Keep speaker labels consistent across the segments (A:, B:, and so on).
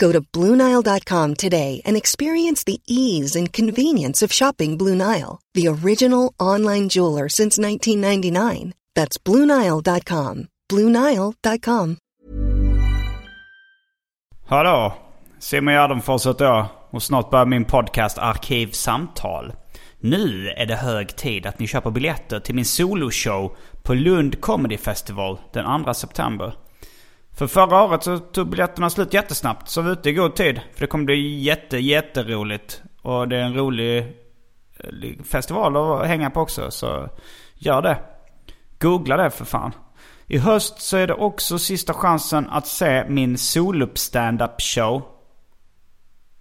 A: Go to BlueNile.com today and experience the ease and convenience of shopping Blue Nile, the original online jeweler since 1999. That's BlueNile.com. BlueNile.com.
B: Hallå! Simon Gärdenfors heter jag och snart börjar min podcast Arkivsamtal. Nu är det hög tid att ni köper biljetter till min soloshow på Lund Comedy Festival den 2 september. För förra året så tog biljetterna slut jättesnabbt, så var ute i god tid. För det kommer bli jätte, jätteroligt. Och det är en rolig eh, festival att hänga på också, så gör det. Googla det för fan. I höst så är det också sista chansen att se min solup up show.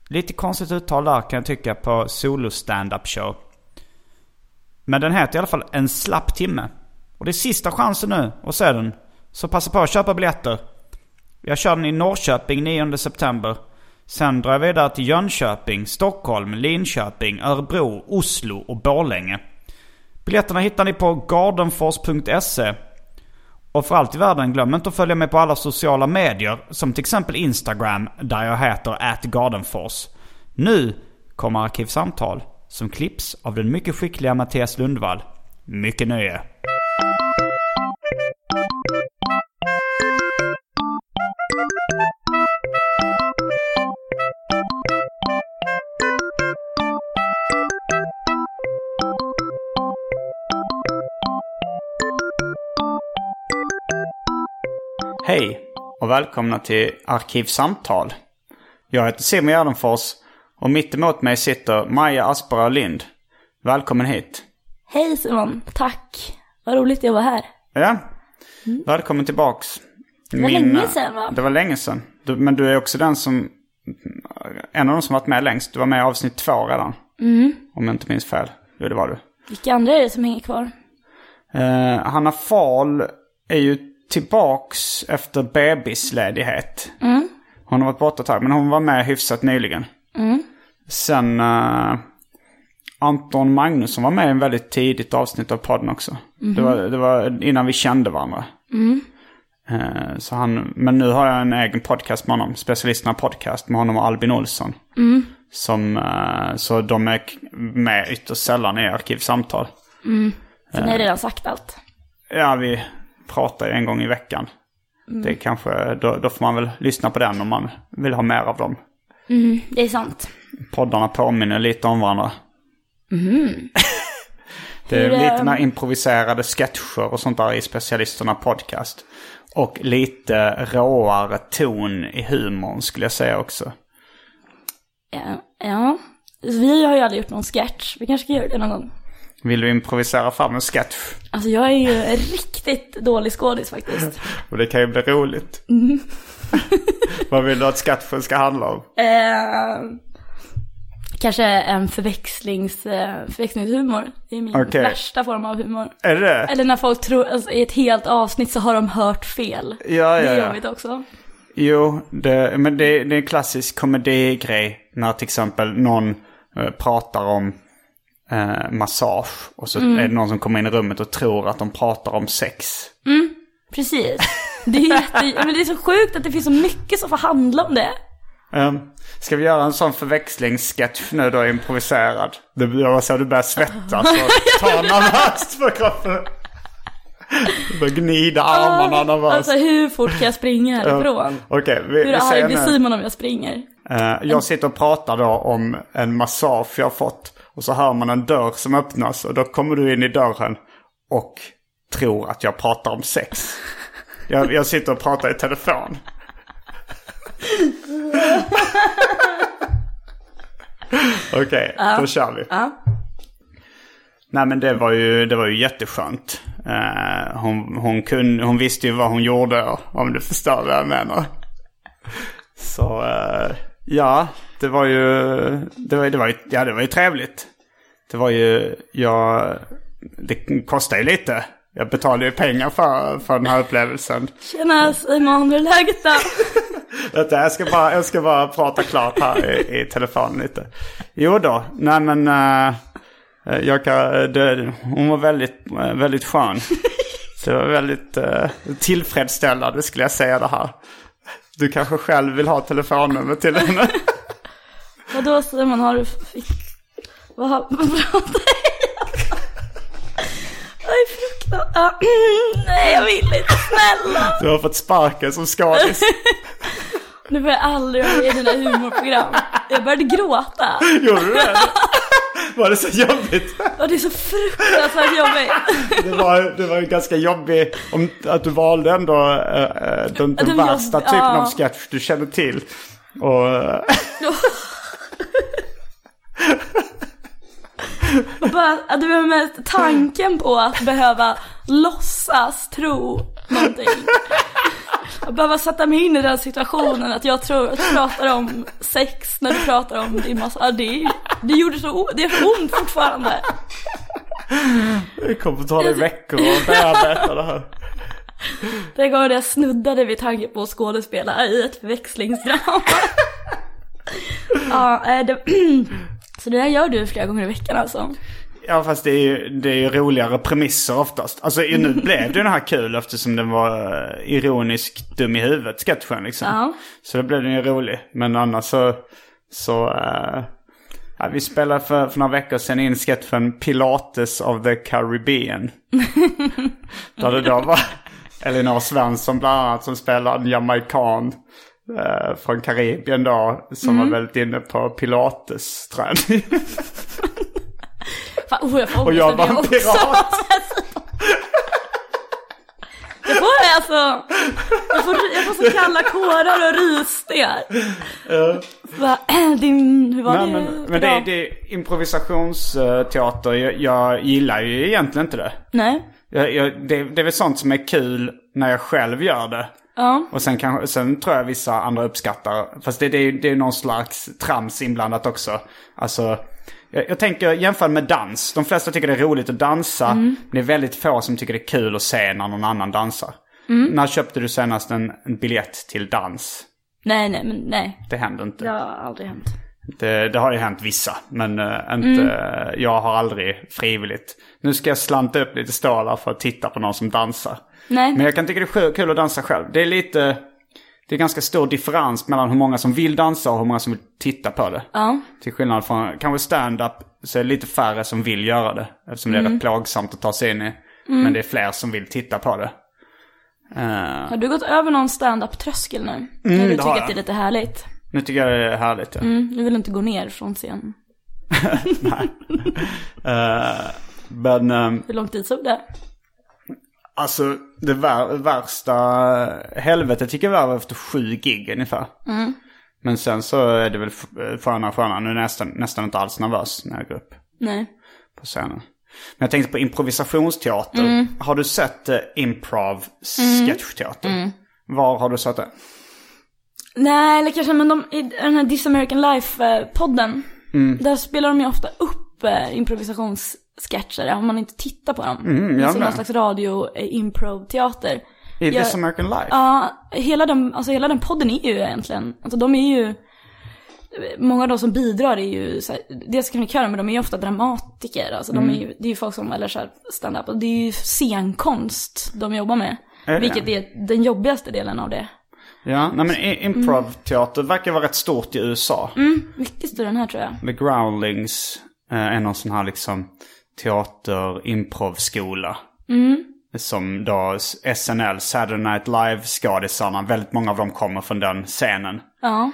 B: Lite konstigt uttal där kan jag tycka på solo up show. Men den heter i alla fall En slapp timme. Och det är sista chansen nu att se den. Så passa på att köpa biljetter. Jag kör den i Norrköping 9 september. Sen drar jag vidare till Jönköping, Stockholm, Linköping, Örebro, Oslo och Borlänge. Biljetterna hittar ni på gardenfors.se. Och för allt i världen, glöm inte att följa mig på alla sociala medier. Som till exempel Instagram, där jag heter atgardenfors. Nu kommer Arkivsamtal, som klipps av den mycket skickliga Mattias Lundvall. Mycket nöje! Hej och välkomna till Arkivsamtal. Jag heter Simon Gärdenfors och mitt emot mig sitter Maja Aspera Lind. Välkommen hit.
C: Hej Simon, tack. Vad roligt det var här.
B: Ja, välkommen tillbaks.
C: Mm. Det var länge sedan, va?
B: Det var länge sedan. Du, men du är också den som, en av de som varit med längst. Du var med i avsnitt två redan.
C: Mm.
B: Om jag inte minns fel. Jo, det var du.
C: Vilka andra är det som hänger kvar?
B: Eh, Hanna Fahl är ju tillbaks efter bebisledighet. Hon har varit borta ett tag, men hon var med hyfsat nyligen. Sen eh, Anton Magnusson var med i en väldigt tidigt avsnitt av podden också. Det, var, det var innan vi kände varandra. Eh, så han, men nu har jag en egen podcast med honom, Specialisterna Podcast, med honom och Albin Olsson. Som, eh, så de är k- med ytterst sällan i Arkivsamtal.
C: För ni har redan sagt allt.
B: Ja, vi pratar ju en gång i veckan.
C: Mm.
B: Det kanske, då, då får man väl lyssna på den om man vill ha mer av dem.
C: Det är sant.
B: Poddarna påminner lite om varandra. det är
C: Mm. Hur,
B: lite
C: ehm,
B: mer improviserade sketcher och sånt där i specialisterna podcast. Och lite råare ton i humorn skulle jag säga också.
C: Ja. ja. Vi har ju aldrig gjort någon sketch. Vi kanske ska göra det någon gång.
B: Vill du improvisera fram en sketch?
C: Alltså jag är ju en riktigt dålig skådis faktiskt.
B: Och det kan ju bli roligt.
C: Mm.
B: Vad vill du att sketchen ska handla om?
C: Eh, kanske en förväxlings, eh, förväxlingshumor. Det är min
B: Okej.
C: värsta form av humor.
B: Är det det?
C: Eller när folk tror, alltså, i ett helt avsnitt så har de hört fel.
B: Ja,
C: det
B: ja,
C: är
B: ja.
C: jobbigt också.
B: Jo, det, men det, det är en klassisk komedigrej när till exempel någon eh, pratar om eh, massage och så
C: Mm.
B: är det någon som kommer in i rummet och tror att de pratar om sex.
C: Precis. Det är, jätte... Men det är så sjukt att det finns så mycket som får handla om det.
B: Um, ska vi göra en sån förväxlingssketch nu då, improviserad? Det var så du började svettas och ta nervöst på kroppen. Du började gnida armarna nervöst. Ehm,
C: Alltså hur fort kan jag springa härifrån?
B: Okej, vi,
C: Hur
B: vi
C: arg
B: säger
C: blir
B: nu.
C: Simon om jag springer?
B: Eh, Jag sitter och pratar då om en massage jag har fått. Och så hör man en dörr som öppnas och då kommer du in i dörren och tror att jag pratar om sex. Jag, jag sitter och pratar i telefon. Okej, då kör vi. Nej men det var ju, det var ju jätteskönt. Eh, hon, hon, kunde, hon visste ju vad hon gjorde om du förstår vad jag menar. Så eh, ja, det var ju, det var, ju- det var ju, ja det var ju trevligt. Det var ju, jag, det kostar ju lite. Jag betalade ju pengar för, för den här upplevelsen.
C: Tjena Simon, hur är läget då?
B: Vänta, jag ska bara, jag ska bara prata klart här i, i telefon lite. Jo då, nej men eh, jag kan, det, hon var väldigt, eh, väldigt skön. Så jag var väldigt eh, tillfredsställande skulle jag säga det här. Du kanske själv vill ha telefonnummer till henne?
C: Vadå Simon, har du... Fick... Vad har... Vad pratar jag om? Oj, fruktansvärt. Ah, nej, jag vill inte. Snälla.
B: Du har fått sparken som skådis.
C: Nu börjar jag aldrig vara med i dina humorprogram. Jag började gråta.
B: Gjorde du det? Var det så jobbigt?
C: Och det är så fruktansvärt jobbigt.
B: Det var, det var ju ganska jobbigt om, att du valde ändå eh, eh, den, den
C: Den
B: värsta
C: jobb-
B: typen
C: ja.
B: av sketch du känner till. Och... eh,
C: Och bara, att det var mest tanken på att behöva låtsas tro någonting. Att behöva sätta mig in i den situationen att jag tror att du pratar om sex när du pratar om din massa... ah, Det, är- det gjorde så o- det är så ont fortfarande.
B: Det kommer ta dig veckor att bearbeta det här.
C: Den gången jag snuddade vid tanken på att skådespela i ett förväxlingsdrama. ja, eh, det... Så det här gör du flera gånger i veckan alltså?
B: Ja fast det är, ju, det är ju roligare premisser oftast. Alltså i- nu blev det ju den här kul eftersom den var eh, ironisk dum i huvudet sketchen liksom.
C: Ja.
B: Så då blev den ju rolig. Men annars så, så eh, ja, vi spelade för, för några veckor sedan in sketchen Pilates of the Caribbean. Där det då var Elinor Svensson bland annat som spelar en jamaican eh, från Karibien då. Som var väldigt inne på pilates-träning.
C: Fan, oh, jag får
B: Och jag
C: ångest av det
B: var en
C: också.
B: pirat.
C: Jag får alltså, jag får, jag får så kalla kårar och rysningar. Va, din, hur var
B: Nej,
C: det?
B: men, men det, är- det är improvisationsteater. Jag, jag gillar ju egentligen inte det.
C: Nej,
B: Jag, jag, det. Det är väl sånt som är kul när jag själv gör det.
C: ja.
B: Och sen, kanske, sen tror jag vissa andra uppskattar. Fast det, det, är ju- det är någon slags trams inblandat också. Alltså, jag, jag tänker jämför med dans. De flesta tycker det är roligt att dansa.
C: Mm.
B: Men det är väldigt få som tycker det är kul att se när någon annan dansar.
C: Mm.
B: När köpte du senast en, en biljett till dans?
C: Nej, nej, men nej.
B: Det händer inte.
C: Det har aldrig hänt.
B: Det, det har ju hänt vissa, men eh, inte, jag har aldrig frivilligt. Nu ska jag slanta upp lite stålar för att titta på någon som dansar.
C: Nej,
B: Men jag kan tycka det är sjukt kul att dansa själv. Det är lite, det är ganska stor differens mellan hur många som vill dansa och hur många som vill titta på det.
C: ja.
B: Till skillnad från kanske stand-up så är det lite färre som vill göra det. Eftersom det är rätt plågsamt att ta sig in i. Men det är fler som vill titta på det. Eh,
C: Har du gått över någon stand-up-tröskel nu? nu du
B: Mm, det
C: tycker
B: har
C: att
B: jag.
C: det är lite härligt.
B: nu tycker jag det är härligt. Ja.
C: Mm, nu vill du inte gå ner från scen.
B: Eh, men... ehm,
C: Hur lång tid tog det?
B: Alltså det vär- värsta helvetet tycker jag var efter sju gig ungefär.
C: Mm.
B: Men sen så är det väl f- skönare och skönare. Nu är jag nästan, nästan inte alls nervös när jag går upp
C: Nej.
B: på scenen. Men jag tänkte på improvisationsteater.
C: Mm.
B: Har du sett eh, improv sketchteater?
C: Mm.
B: Var har du sett det?
C: Nej, eller kanske, men de, i den här This American Life-podden, där spelar de ju ofta upp eh, improvisationssketcher, om man inte tittar på dem. Mm,
B: jag
C: alltså
B: med.
C: någon slags radio-improv-teater.
B: I
C: Jag-
B: This American Life?
C: Ja, hela den, alltså hela den podden är ju egentligen, alltså de är ju, många av de som bidrar är ju, så här, dels kronikörer men de är ju ofta dramatiker, alltså de är ju, det är ju folk som, eller så här, stand-up, och det är ju scenkonst de jobbar med.
B: det?
C: Vilket är den jobbigaste delen av det.
B: Ja, nej men i- improvteater verkar vara rätt stort i USA.
C: Mycket större än här tror jag.
B: The Growlings eh, är någon sån här liksom teater-improvskola. Som då S- SNL, Saturday Night Live-skådisarna, väldigt många av dem kommer från den scenen.
C: Ja.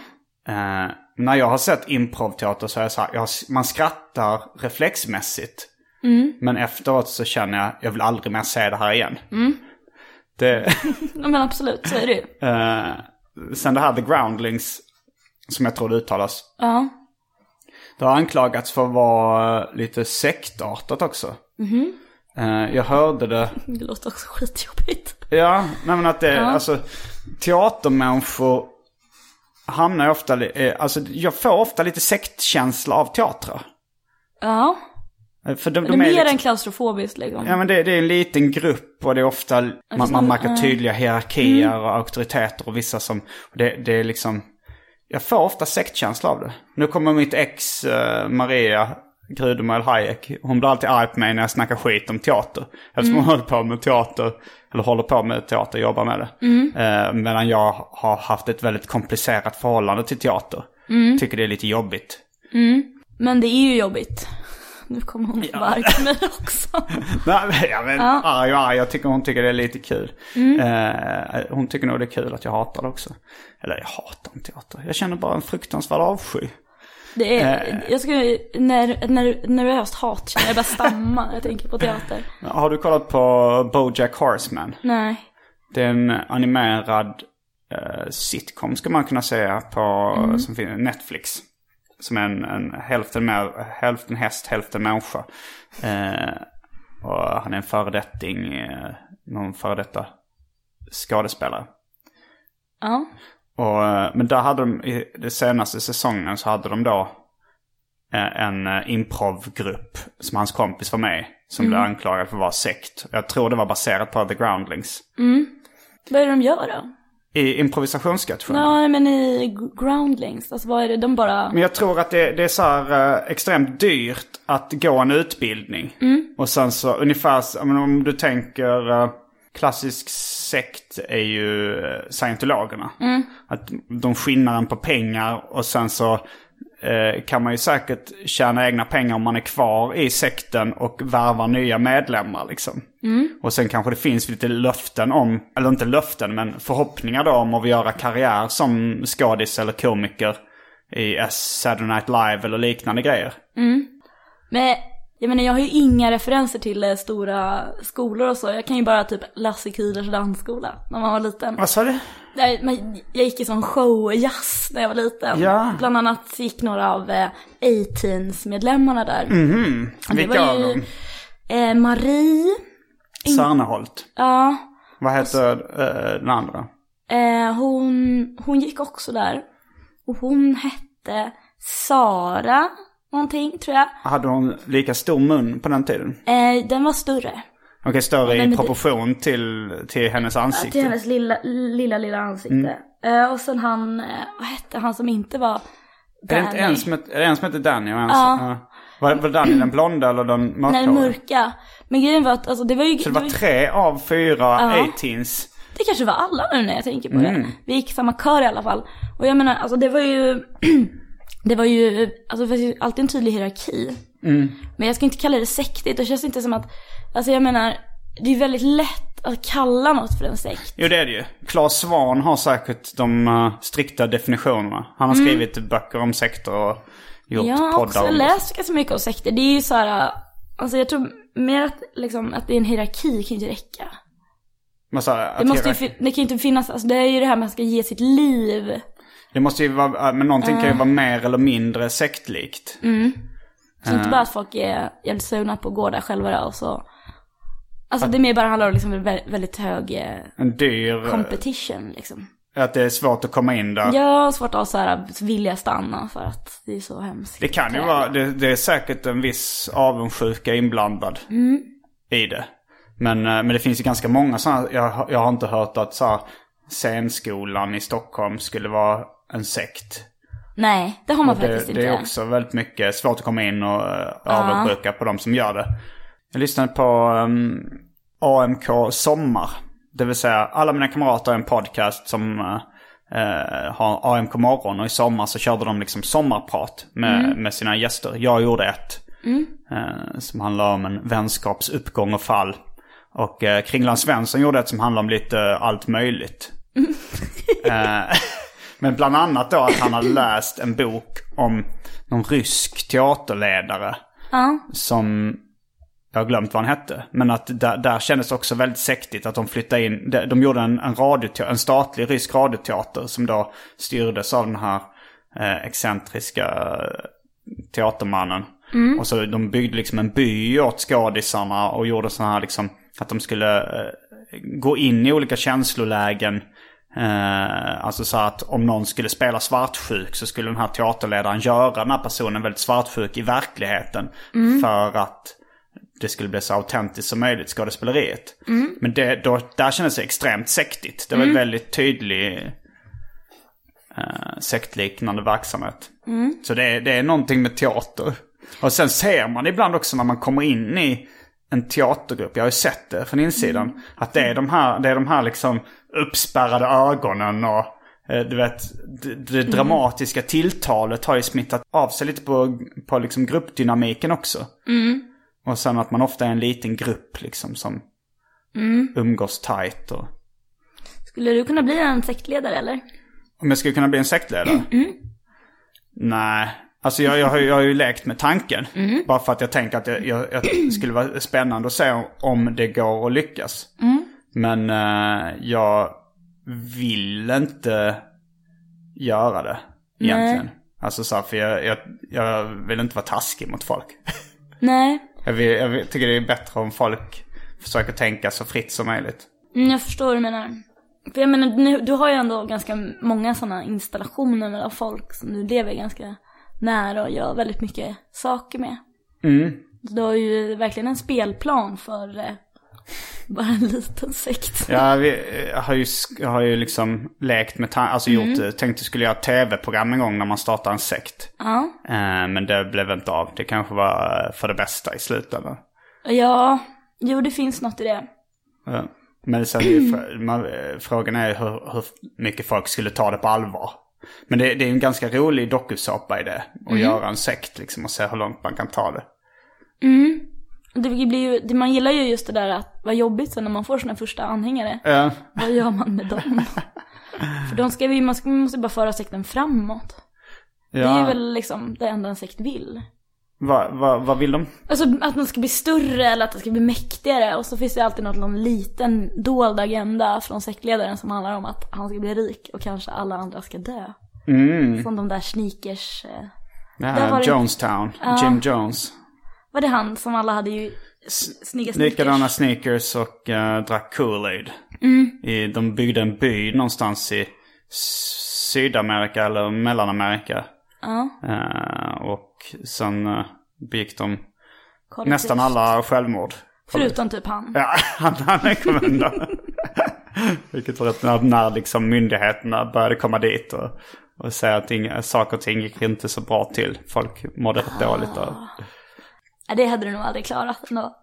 B: Eh, när jag har sett improvteater så är jag så här, jag, har- man skrattar reflexmässigt. Men efteråt så känner jag, jag vill aldrig mer se det här igen. Det,
C: Ja, men absolut, så är det ju.
B: eh, sen det här The Groundlings, som jag tror det uttalas.
C: Ja.
B: Det har anklagats för att vara lite sektartat också.
C: Mhm.
B: Eh, jag hörde det
C: Det låter också skitjobbigt.
B: Ja, nej men att det, alltså teatermänniskor hamnar ju ofta, li- eh, alltså jag får ofta lite sektkänsla av teatrar.
C: Ja.
B: Eh, För de,
C: Det är
B: de är
C: mer
B: lite,
C: än klaustrofobiskt liksom.
B: ja men det, det är en liten grupp och det är Mm. ofta, man, man märker tydliga hierarkier och auktoriteter och vissa som, och det, det är liksom, jag får ofta sektkänsla av det. Nu kommer mitt ex eh, Maria Grudemal Hayek, hon blir alltid arg på mig när jag snackar skit om teater. Eftersom hon håller på med teater, eller håller på med teater, jobbar med det. Eh, medan jag har haft ett väldigt komplicerat förhållande till teater. Tycker det är lite jobbigt.
C: Men det är ju jobbigt. Nu kommer hon vara arg på mig också.
B: Nej, men- ja, men arg och arg. Jag tycker hon tycker det är lite kul. Eh, hon tycker nog det är kul att jag hatar det också. Eller jag hatar inte teater. Jag känner bara en fruktansvärd avsky.
C: Det är, jag ska när, när, nervöst hat känner jag bara stamma när jag tänker på teater.
B: Har du kollat på Bojack Horseman?
C: Nej.
B: Det är en animerad eh, sitcom ska man kunna säga på som finns, Netflix. Som är en, en hälften, med, hälften häst, hälften människa. Eh, och han är en föredetting, eh, någon före detta skådespelare.
C: Ja.
B: Och, eh, men där hade de, i den senaste säsongen så hade de då eh, en eh, improvgrupp som hans kompis var med i, Som blev anklagad för att vara sekt. Jag tror det var baserat på The Groundlings.
C: Vad är det de gör då?
B: I improvisationssketcherna.
C: Nej men i groundlings, alltså vad är det de bara...
B: Men jag tror att det, det är så här eh, extremt dyrt att gå en utbildning. Och sen så ungefär, så- men om du tänker eh, klassisk sekt är ju eh, scientologerna. Att de skinnar en på pengar och sen så eh, kan man ju säkert tjäna egna pengar om man är kvar i sekten och värvar nya medlemmar liksom. Och sen kanske det finns lite löften om, eller inte löften men förhoppningar då om att göra karriär som skådis eller komiker i Saturday Night Live eller liknande grejer.
C: Men jag menar jag har ju inga referenser till eh, stora skolor och så. Jag kan ju bara typ Lasse Kihlers dansskola när man var liten.
B: Vad sa du?
C: Nej, men jag gick i sån showjazz när jag var liten.
B: Ja.
C: Bland annat gick några av eh, A-Teens-medlemmarna där.
B: Mhm. Vilka
C: var
B: av
C: ju-
B: dem?
C: Eh, Marie,
B: Sarneholt.
C: ja.
B: Vad heter eh, den andra?
C: Eh, hon, hon gick också där. Och hon hette Sara någonting tror jag.
B: Hade hon lika stor mun på den tiden?
C: Eh, den var större.
B: Okej, större
C: men
B: i
C: det-
B: proportion till, till hennes ansikte.
C: Till hennes lilla, lilla, lilla ansikte.
B: Mm.
C: Eh, och sen han, eh, vad hette han som inte var
B: Är det inte
C: Danny?
B: en som heter, är det en som heter Danny och en som... Ja. Var, var Danny den blonda eller den mörka?
C: Nej, den mörka. Men grejen var att alltså, det var ju...
B: Så det var
C: ju-
B: tre av fyra
C: Ja.
B: 18s.
C: Det kanske var alla nu när jag tänker på det. Vi gick i samma kör i alla fall. Och jag menar, alltså det var ju... det var ju... Alltså det fanns ju alltid en tydlig hierarki. Men jag ska inte kalla det sektigt. Det känns inte som att... Alltså jag menar, det är väldigt lätt att kalla något för en sekt.
B: Jo, det är det ju. Claes Svahn har säkert de eh, strikta definitionerna. Han har skrivit böcker om sekter och gjort
C: Jag har
B: poddar
C: Mm. också
B: om
C: läst ganska mycket om sekter. Det är ju så här... Alltså jag tror mer att, liksom, att det är en hierarki kan ju inte räcka.
B: Massa, att
C: Det, måste ju,
B: hierarki-
C: fin- det kan ju inte finnas, alltså det är ju det här med att man ska ge sitt liv.
B: Det måste ju vara, eh, men någonting kan ju vara mer eller mindre sektlikt.
C: Mm. Så inte bara att folk är jävligt sugna på att gå där själva då och så. Alltså det är mer bara handlar om liksom en vä- väldigt hög eh,
B: En dyr,
C: competition liksom.
B: att det är svårt att komma in där.
C: Jag har svårt att ha så här, vilja stanna för att det är så hemskt. Eh,
B: Det kan ju vara, det, det är säkert en viss avundsjuka inblandad
C: Mm.
B: i det. Men, eh, men det finns ju ganska många sådana, jag, har- jag har inte hört att så här, scenskolan i Stockholm skulle vara en sekt.
C: Nej, det har man
B: Det,
C: faktiskt
B: det är
C: inte.
B: också väldigt mycket svårt att komma in och uh, avundsjuka på de som gör det. Jag lyssnade på ehm, AMK Sommar. Det vill säga, alla mina kamrater har en podcast som eh, eh, har AMK Morgon. Och i sommar så körde de liksom sommarprat med,
C: Mm.
B: med sina gäster. Jag gjorde ett. eh, som handlar om en vänskaps uppgång och fall. Och uh, Kringland Svensson gjorde ett som handlar om lite eh, allt möjligt. Eh, Men bland annat då att han hade läst en bok om någon rysk teaterledare. Som jag har glömt vad han hette. Men att där, där kändes det också väldigt sektigt att de flyttade in. De, de gjorde en, en, radiote- en statlig rysk radioteater som då styrdes av den här eh, excentriska eh, teatermannen. Och så de byggde liksom en by åt skådisarna och gjorde sådana här liksom att de skulle eh, gå in i olika känslolägen. Eh, alltså så att om någon skulle spela svartsjuk så skulle den här teaterledaren göra den här personen väldigt svartsjuk i verkligheten. För att det skulle bli så autentiskt som möjligt, skådespeleriet. Men det, då, där kändes det extremt sektigt. Det var en väldigt tydlig eh, sektliknande verksamhet. Så det, det är någonting med teater. Och sen ser man ibland också när man kommer in i en teatergrupp, jag har ju sett det från insidan, att det är de här, det är de här liksom uppspärrade ögonen och eh, du vet, det, det dramatiska tilltalet har ju smittat av sig lite på, på liksom gruppdynamiken också. Och sen att man ofta är en liten grupp liksom som umgås tajt. Och...
C: Skulle du kunna bli en sektledare eller?
B: Om jag skulle kunna bli en sektledare? Nej. Alltså jag, jag, har, ju- jag har ju lekt med tanken. Bara för att jag tänker att jag, jag, jag skulle vara spännande att se om, om det går att lyckas. Men eh, jag vill inte göra det egentligen. Alltså så här, för jag, jag, jag vill inte vara taskig mot folk.
C: Nej,
B: Jag, vill, jag vill, tycker det är bättre om folk försöker tänka så fritt som möjligt.
C: Mm, jag förstår vad du menar. För jag menar, nu, du har ju ändå ganska många sådana installationer mellan folk som du lever ganska nära och gör väldigt mycket saker med. Du har ju verkligen en spelplan för eh, bara en liten sekt.
B: Ja, vi, jag, har ju, sk- jag har ju liksom lekt med tanken, alltså gjort,
C: Mm.
B: eh, tänkte skulle göra ett tv-program en gång när man startar en sekt. Eh, men det blev inte av. Det kanske var eh, för det bästa i slutändan.
C: Ja, jo det finns något i det.
B: Eh, men sen är ju, fr- man, eh, frågan är hur, hur mycket folk skulle ta det på allvar. Men det, det är ju en ganska rolig dokusåpa i det. Att
C: Mm.
B: göra en sekt liksom och se hur långt man kan ta det.
C: Mm. Det blir ju, det- man gillar ju just det där att vad jobbigt sen när man får sina första anhängare.
B: Eh,
C: Vad gör man med dem? För de ska vi, man, ska, man måste bara föra sekten framåt. Det är
B: ja.
C: ju väl liksom det enda en sekt vill.
B: Vad vad- vad vill de?
C: Alltså att man ska bli större eller att man ska bli mäktigare och så finns det alltid något, någon liten dold agenda från sektledaren som handlar om att han ska bli rik och kanske alla andra ska dö. Som de där sneakers... eh, Där var
B: Mm. Ja,
C: det-
B: Jonestown. Jim Jones.
C: Var det han som alla hade ju s- snygga sneakers?
B: Likadana sneakers och eh, drack Kool-Aid.
C: Mm.
B: I, de byggde en by någonstans i S- Sydamerika eller Mellanamerika. Eh, och sen uh, begick de
C: Kollektivt.
B: nästan alla självmord.
C: Förutom typ han.
B: Ja, han, han kom undan. Vilket var rätt när, när liksom myndigheterna började komma dit och, och säga att inga, saker och ting gick inte så bra till. Folk mådde rätt dåligt. Och,
C: Ah. Ja. Det hade du nog aldrig klarat ändå.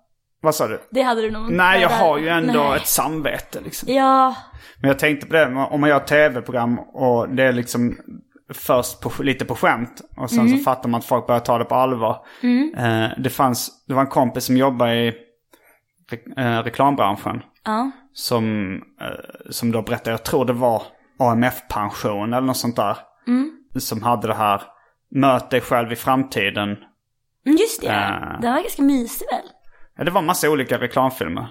B: vad sa du?
C: Det hade du nog
B: Nej, jag
C: där-
B: har ju ändå
C: Nej.
B: ett samvete liksom.
C: Ja,
B: Men jag tänkte på det, om man gör ett tv-program och det är liksom först på, lite på skämt och sen så fattar man att folk börjar ta det på allvar. Eh, det fanns, det var en kompis som jobbade i re, eh, reklambranschen. Som, eh, som då berättade, jag tror det var AMF-pension eller något sånt där. Som hade det här, möt dig själv i framtiden.
C: men just det.
B: Ja.
C: Den var ganska mysig väl?
B: Ja, det var en massa olika reklamfilmer.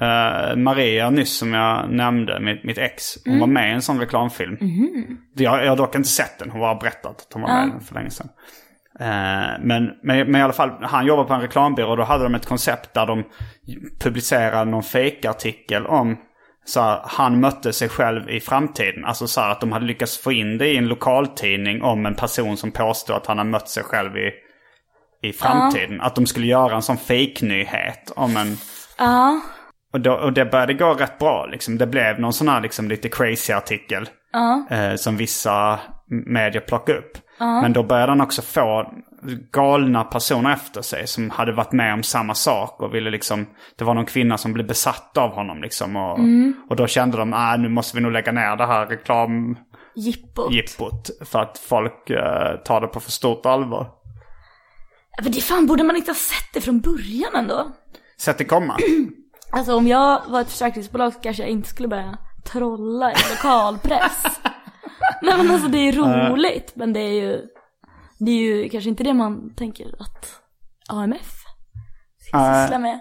B: Eh, Maria nyss som jag nämnde, mitt, mitt ex, hon var med i en sån reklamfilm. Jag, jag har dock inte sett den, hon har bara berättat att hon var med i den för länge sedan. Eh, men, men, men i alla fall, han jobbade på en reklambyrå och då hade de ett koncept där de publicerade någon fejkartikel om så här, han mötte sig själv i framtiden. Alltså så här, att de hade lyckats få in det i en lokaltidning om en person som påstår att han har mött sig själv i, i framtiden. Att de skulle göra en sån fejknyhet om en...
C: Ja.
B: Och, då, och det började gå rätt bra liksom. Det blev någon sån här liksom, lite crazy artikel. Eh, som vissa medier plockade upp. Men då började han också få galna personer efter sig som hade varit med om samma sak och ville liksom... Det var någon kvinna som blev besatt av honom liksom. Och, och då kände de att nu måste vi nog lägga ner det här reklamjippot.
C: Jippo.
B: För att folk eh, tar det på för stort allvar.
C: Ja, Men det fan, borde man inte ha sett det från början ändå?
B: Sätt det komma.
C: Alltså om jag var ett försäkringsbolag så kanske jag inte skulle börja trolla i lokalpress. Nej men alltså det är roligt, men det är ju, det är ju kanske inte det man tänker att AMF ska
B: Nej.
C: syssla med.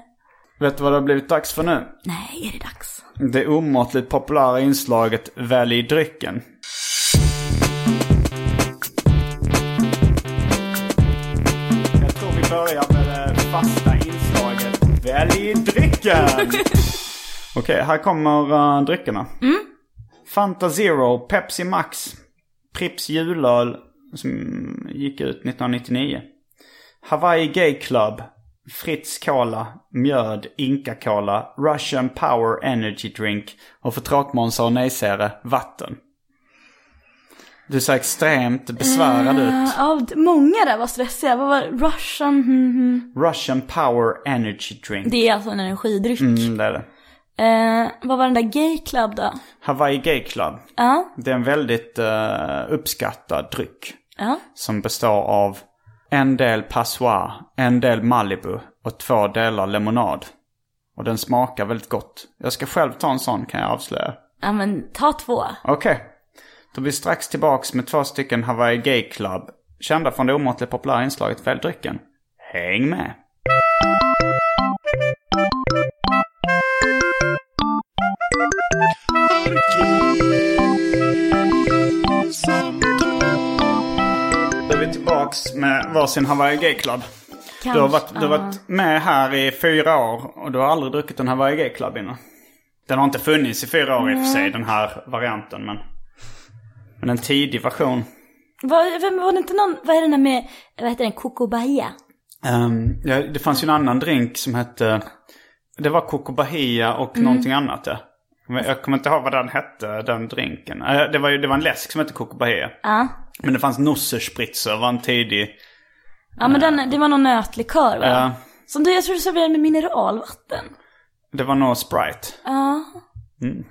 B: Vet du vad det har blivit dags för nu?
C: Nej, är det dags?
B: Det omåttligt populära inslaget Välj drycken. Jag tror vi börjar med det fasta inslaget Välj drycken! Okej, här kommer uh, dryckerna. Fanta Zero, Pepsi Max, Pripps julöl som gick ut 1999. Hawaii Gay Club, Fritz Cola, Mjöd, Inka Cola, Russian Power Energy Drink och för tråkmånsar och nejsägare, vatten. Du ser extremt besvärad ut.
C: Uh, ja, d- många där var stressiga. Vad var det? Russian? hmm, hmm.
B: Russian Power Energy Drink.
C: Det är alltså en energidryck.
B: Mm, det är det.
C: Eh, vad var den där gay club då?
B: Hawaii Gay Club.
C: Ja,
B: Det är en väldigt eh, uppskattad dryck.
C: ja.
B: som består av en del passoir, en del Malibu och två delar lemonad. Och den smakar väldigt gott. Jag ska själv ta en sån kan jag avslöja.
C: Ja men ta två.
B: Okej. Då är vi strax tillbaks med två stycken Hawaii Gay Club. Kända från det omåttligt populära inslaget Väldrycken. Häng med! Då är vi tillbaks med varsin Hawaii Gay Club. Du har, varit, du har varit med här i fyra år och du har aldrig druckit en Hawaii Gay Club innan. Den har inte funnits i fyra år i och för sig, den här varianten. Men, men en tidig version.
C: Var, vem, var det inte någon, vad är den där med, vad heter den, kokobaya?
B: Ehm, ja, det fanns ju en annan drink som hette... Det var Coco Bahia och någonting annat. Ja. Men Jag kommer inte ihåg vad den hette, den drinken. Eh, Det var, ju, det var en läsk som hette Coco Bahia.
C: Ja.
B: Men det fanns Nosserspritzer, var en tidig...
C: Ja men den, det var någon nötlikör va?
B: Ja.
C: Som du, jag tror du serverade med mineralvatten.
B: Det var nog Sprite.
C: Ja. Du,
B: Mm.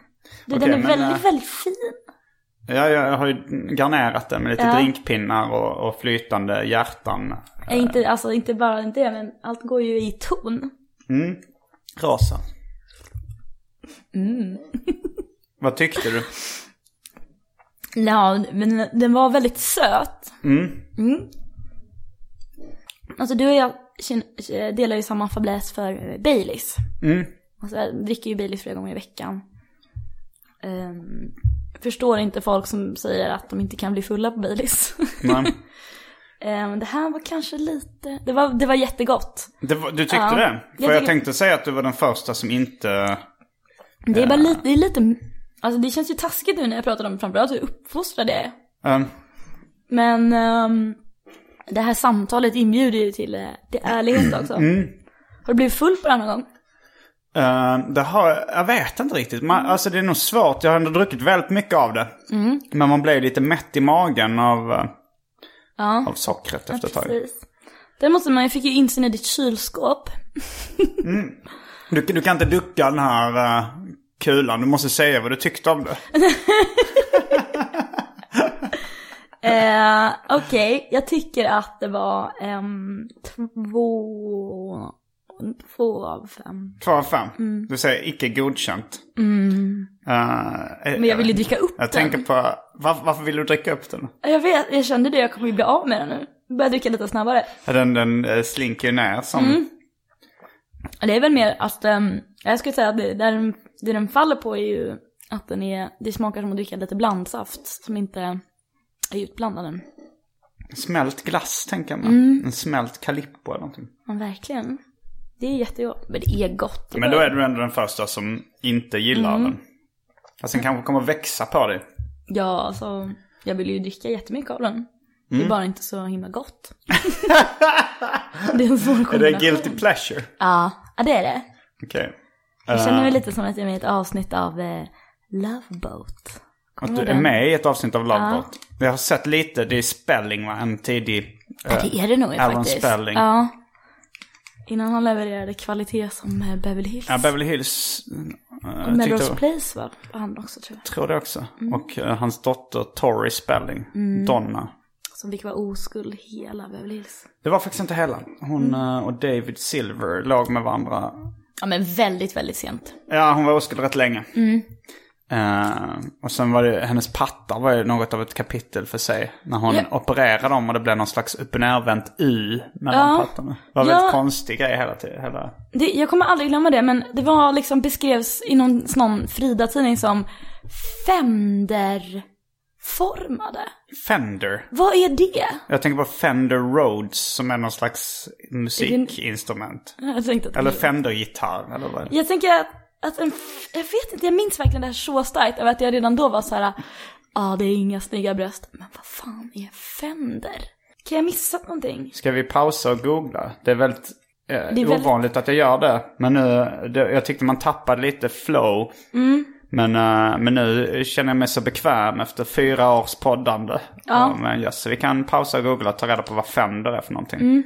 B: Okej,
C: den är
B: men,
C: väldigt,
B: äh,
C: väldigt fin.
B: Ja, jag har ju garnerat den med lite
C: Ja.
B: drinkpinnar och, och flytande hjärtan.
C: Äh, inte, alltså inte bara det, men allt går ju i ton.
B: Rosa.
C: Mm.
B: Vad tyckte du?
C: Ja, men den var väldigt söt.
B: Mm.
C: Mm. Alltså du och jag kin- delar ju samma fäbless för eh, Baileys.
B: Mm.
C: Alltså, jag dricker ju Baileys flera gånger i veckan. Ehm, förstår inte folk som säger att de inte kan bli fulla på Baileys.
B: Nej.
C: Ehm, det här var kanske lite, det var, det var jättegott.
B: Det var, du tyckte
C: Ja,
B: det? För
C: jag
B: jag,
C: tycker-
B: tänkte säga att du var den första som inte...
C: Det
B: Eh.
C: är bara lite, det är lite, alltså det känns ju taskigt nu när jag pratar om framförallt hur uppfostrad jag är.
B: ehm,
C: Men ehm, det här samtalet inbjuder ju till, eh, till ärlighet också.
B: Mm.
C: Har du blivit full på det här någon gång?
B: ehm, det har, jag vet inte riktigt.
C: Mm.
B: Man, alltså det är nog svårt. Jag har ändå druckit väldigt mycket av det. Men man blev lite mätt i magen av, eh,
C: Ja.
B: av sockret efter ett tag.
C: Precis. Däremot så man jag fick ju insyn i ditt kylskåp.
B: Du, du kan inte ducka den här eh, kulan. Du måste säga vad du tyckte om det.
C: Eh, Okej, jag tycker att det var ehm, två, två av fem.
B: Två av fem.
C: Mm.
B: Du säger icke godkänt. Eh,
C: Men jag ville ju dricka upp
B: Jag
C: den.
B: tänker på, var, varför vill du dricka upp den?
C: Jag vet, jag kände det, jag kommer ju bli av med den nu. Jag Börjar dricka lite snabbare.
B: Den, den eh, slinker ju ner som...
C: Mm. Det är väl mer att, ehm, jag skulle säga att det, där, den- det den faller på är ju att den är, det smakar som att dricka lite blandsaft som inte är utblandad.
B: Smält glass tänker man.
C: Mm.
B: En smält Calippo eller någonting.
C: Men verkligen. Det är jättegott. Men det är gott.
B: Men då är du ändå den första som inte gillar
C: Mm.
B: den. Fast den kanske kommer växa på dig.
C: Ja, alltså, jag vill ju dricka jättemycket av den. Det
B: Mm.
C: är bara inte så himla gott. det är en svår
B: Är det
C: kombination.
B: guilty pleasure?
C: Ja, ja, det är det.
B: Okej.
C: Jag
B: Ah.
C: känner mig lite som att jag är med i ett avsnitt av eh, Love Boat.
B: Att
C: Kommer
B: du
C: den?
B: är med i ett avsnitt av Love Boat. Jag har sett lite, det är Spelling va? En tidig... eh,
C: Ja, det är det nog
B: Alan
C: faktiskt.
B: Spelling.
C: Ja. Innan han levererade kvalitet som eh, Beverly Hills.
B: Ja, Beverly Hills. eh,
C: Med
B: tyckte-
C: Rose Place var var han också tror jag.
B: tror det också.
C: Mm.
B: Och eh, hans dotter Tori Spelling, Donna.
C: Som fick vara oskuld hela Beverly Hills.
B: Det var faktiskt inte hela.
C: Mm.
B: Hon eh, och David Silver låg med varandra.
C: Ja men väldigt, väldigt sent. Mm.
B: Ja, hon var oskuld rätt länge. Eh, och sen var det, hennes pattar var ju något av ett kapitel för sig. När hon
C: Ja.
B: opererade dem och det blev någon slags upp och nervänt U mellan
C: Ja.
B: pattarna. Det var en
C: Ja.
B: väldigt konstig grej hela tiden. Hela...
C: Det, jag kommer aldrig glömma det, men det var liksom beskrevs i någon, någon Frida-tidning som Fender-formade.
B: Fender.
C: Vad är det?
B: Jag tänker på Fender Rhodes som är någon slags musikinstrument.
C: Jag tänkte att
B: Eller Fender-gitarr eller vad
C: Jag tänker att, att en, f- jag vet inte, jag minns verkligen det här så starkt över att jag redan då var så här, ja ah, det är inga snygga bröst, men vad fan är Fender? Kan jag missa någonting?
B: Ska vi pausa och googla? Det är väldigt, eh,
C: väldigt-
B: ovanligt att jag gör det. Men nu, det, jag tyckte man tappade lite flow. Men, eh, men nu känner jag mig så bekväm efter fyra års poddande. Ja. men just, så vi kan pausa och googla och ta reda på vad Fender är för någonting.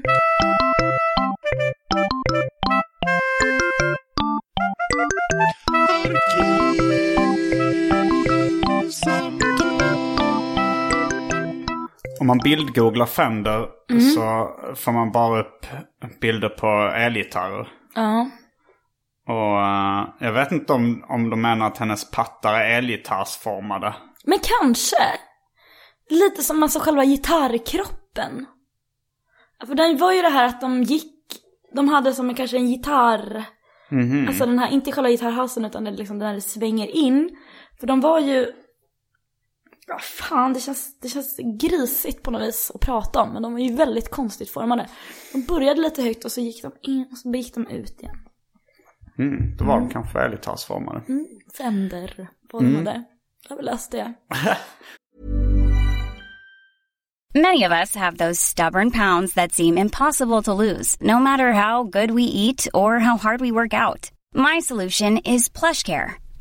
B: Om man bildgooglar Fender så får man bara upp bilder på elgitarrer.
C: Ja.
B: Och eh, jag vet inte om, om de menar att hennes pattar är elgitarrsformade.
C: Men kanske. Lite som alltså själva gitarrkroppen. För det var ju det här att de gick, de hade som en, kanske en gitarr, alltså den här, inte själva gitarrhalsen utan det är liksom den där det svänger in. För de var ju, ja fan det känns, det känns grisigt på något vis att prata om, men de var ju väldigt konstigt formade. De började lite högt och så gick de in och så gick de ut igen.
B: Mm, då var de kanske elgitarrsformade.
C: Mm. Fender formade. Jag har väl läst det.
D: Many of us have those stubborn pounds that seem impossible to lose, no matter how good we eat or how hard we work out. My solution is PlushCare.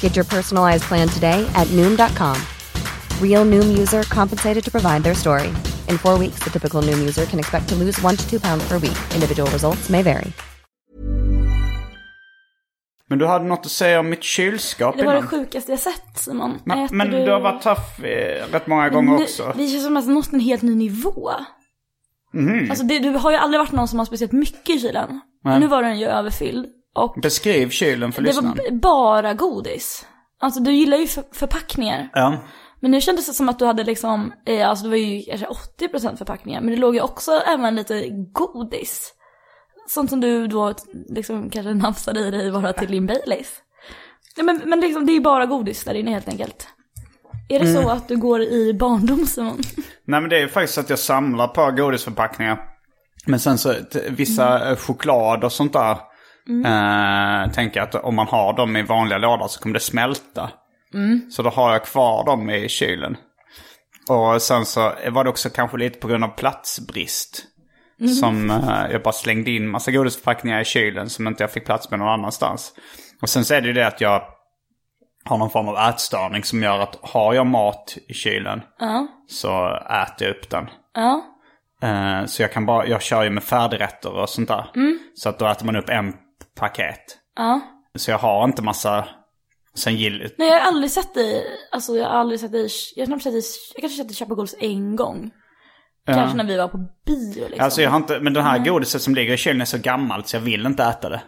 E: Get your personalized plan today at Noom.com. Real Noom user compensated to provide their story. In four weeks, the typical Noom user can expect to lose one to two pounds per week. Individual results may vary.
B: Men du hade något att säga om mitt kylskåp
C: Det var det
B: innan.
C: sjukaste jag sett Simon.
B: Men,
C: Äter
B: men du har varit här eh, rätt många gånger
C: nu,
B: också.
C: Det känns som att du nått en helt ny nivå.
B: Mhm.
C: Alltså det, du har ju aldrig varit någon som har speciellt mycket i kylen. Nu var den ju överfylld. Och
B: Beskriv kylen för
C: det var
B: lyssnaren.
C: b- bara godis. Alltså du gillar ju för, förpackningar.
B: Ja.
C: Men nu kändes det som att du hade liksom, eh, alltså det var ju kanske 80% förpackningar. Men det låg ju också även lite godis. Sånt som du då t- liksom kanske nafsade i dig bara till din Baileys. Nej men, men liksom det är ju bara godis där inne helt enkelt. Är det så att du går i barndom Simon?
B: Nej men det är ju faktiskt att jag samlar på godisförpackningar. Men sen så t- vissa eh, choklad och sånt där. Eh, tänker jag att om man har dem i vanliga lådor så kommer det smälta. Så då har jag kvar dem i kylen. Och sen så var det också kanske lite på grund av platsbrist. Som eh, jag bara slängde in massa godisförpackningar i kylen som inte jag fick plats med någon annanstans. Och sen så är det ju det att jag har någon form av ätstörning som gör att har jag mat i kylen så äter jag upp den.
C: Ja.
B: Eh, så jag kan bara, jag kör ju med färdigrätter och sånt där. Så att då äter man upp en paket.
C: Mm. Ja.
B: Så jag har inte massa, sen gill,
C: Nej jag har aldrig sett dig, alltså jag har aldrig sett dig, jag har knappt sett dig, jag kanske sett dig köpa godis en gång. Kanske Mm. när vi var på bio liksom.
B: Alltså jag har inte, men den här godiset som ligger i kylen är så gammalt så jag vill inte äta det.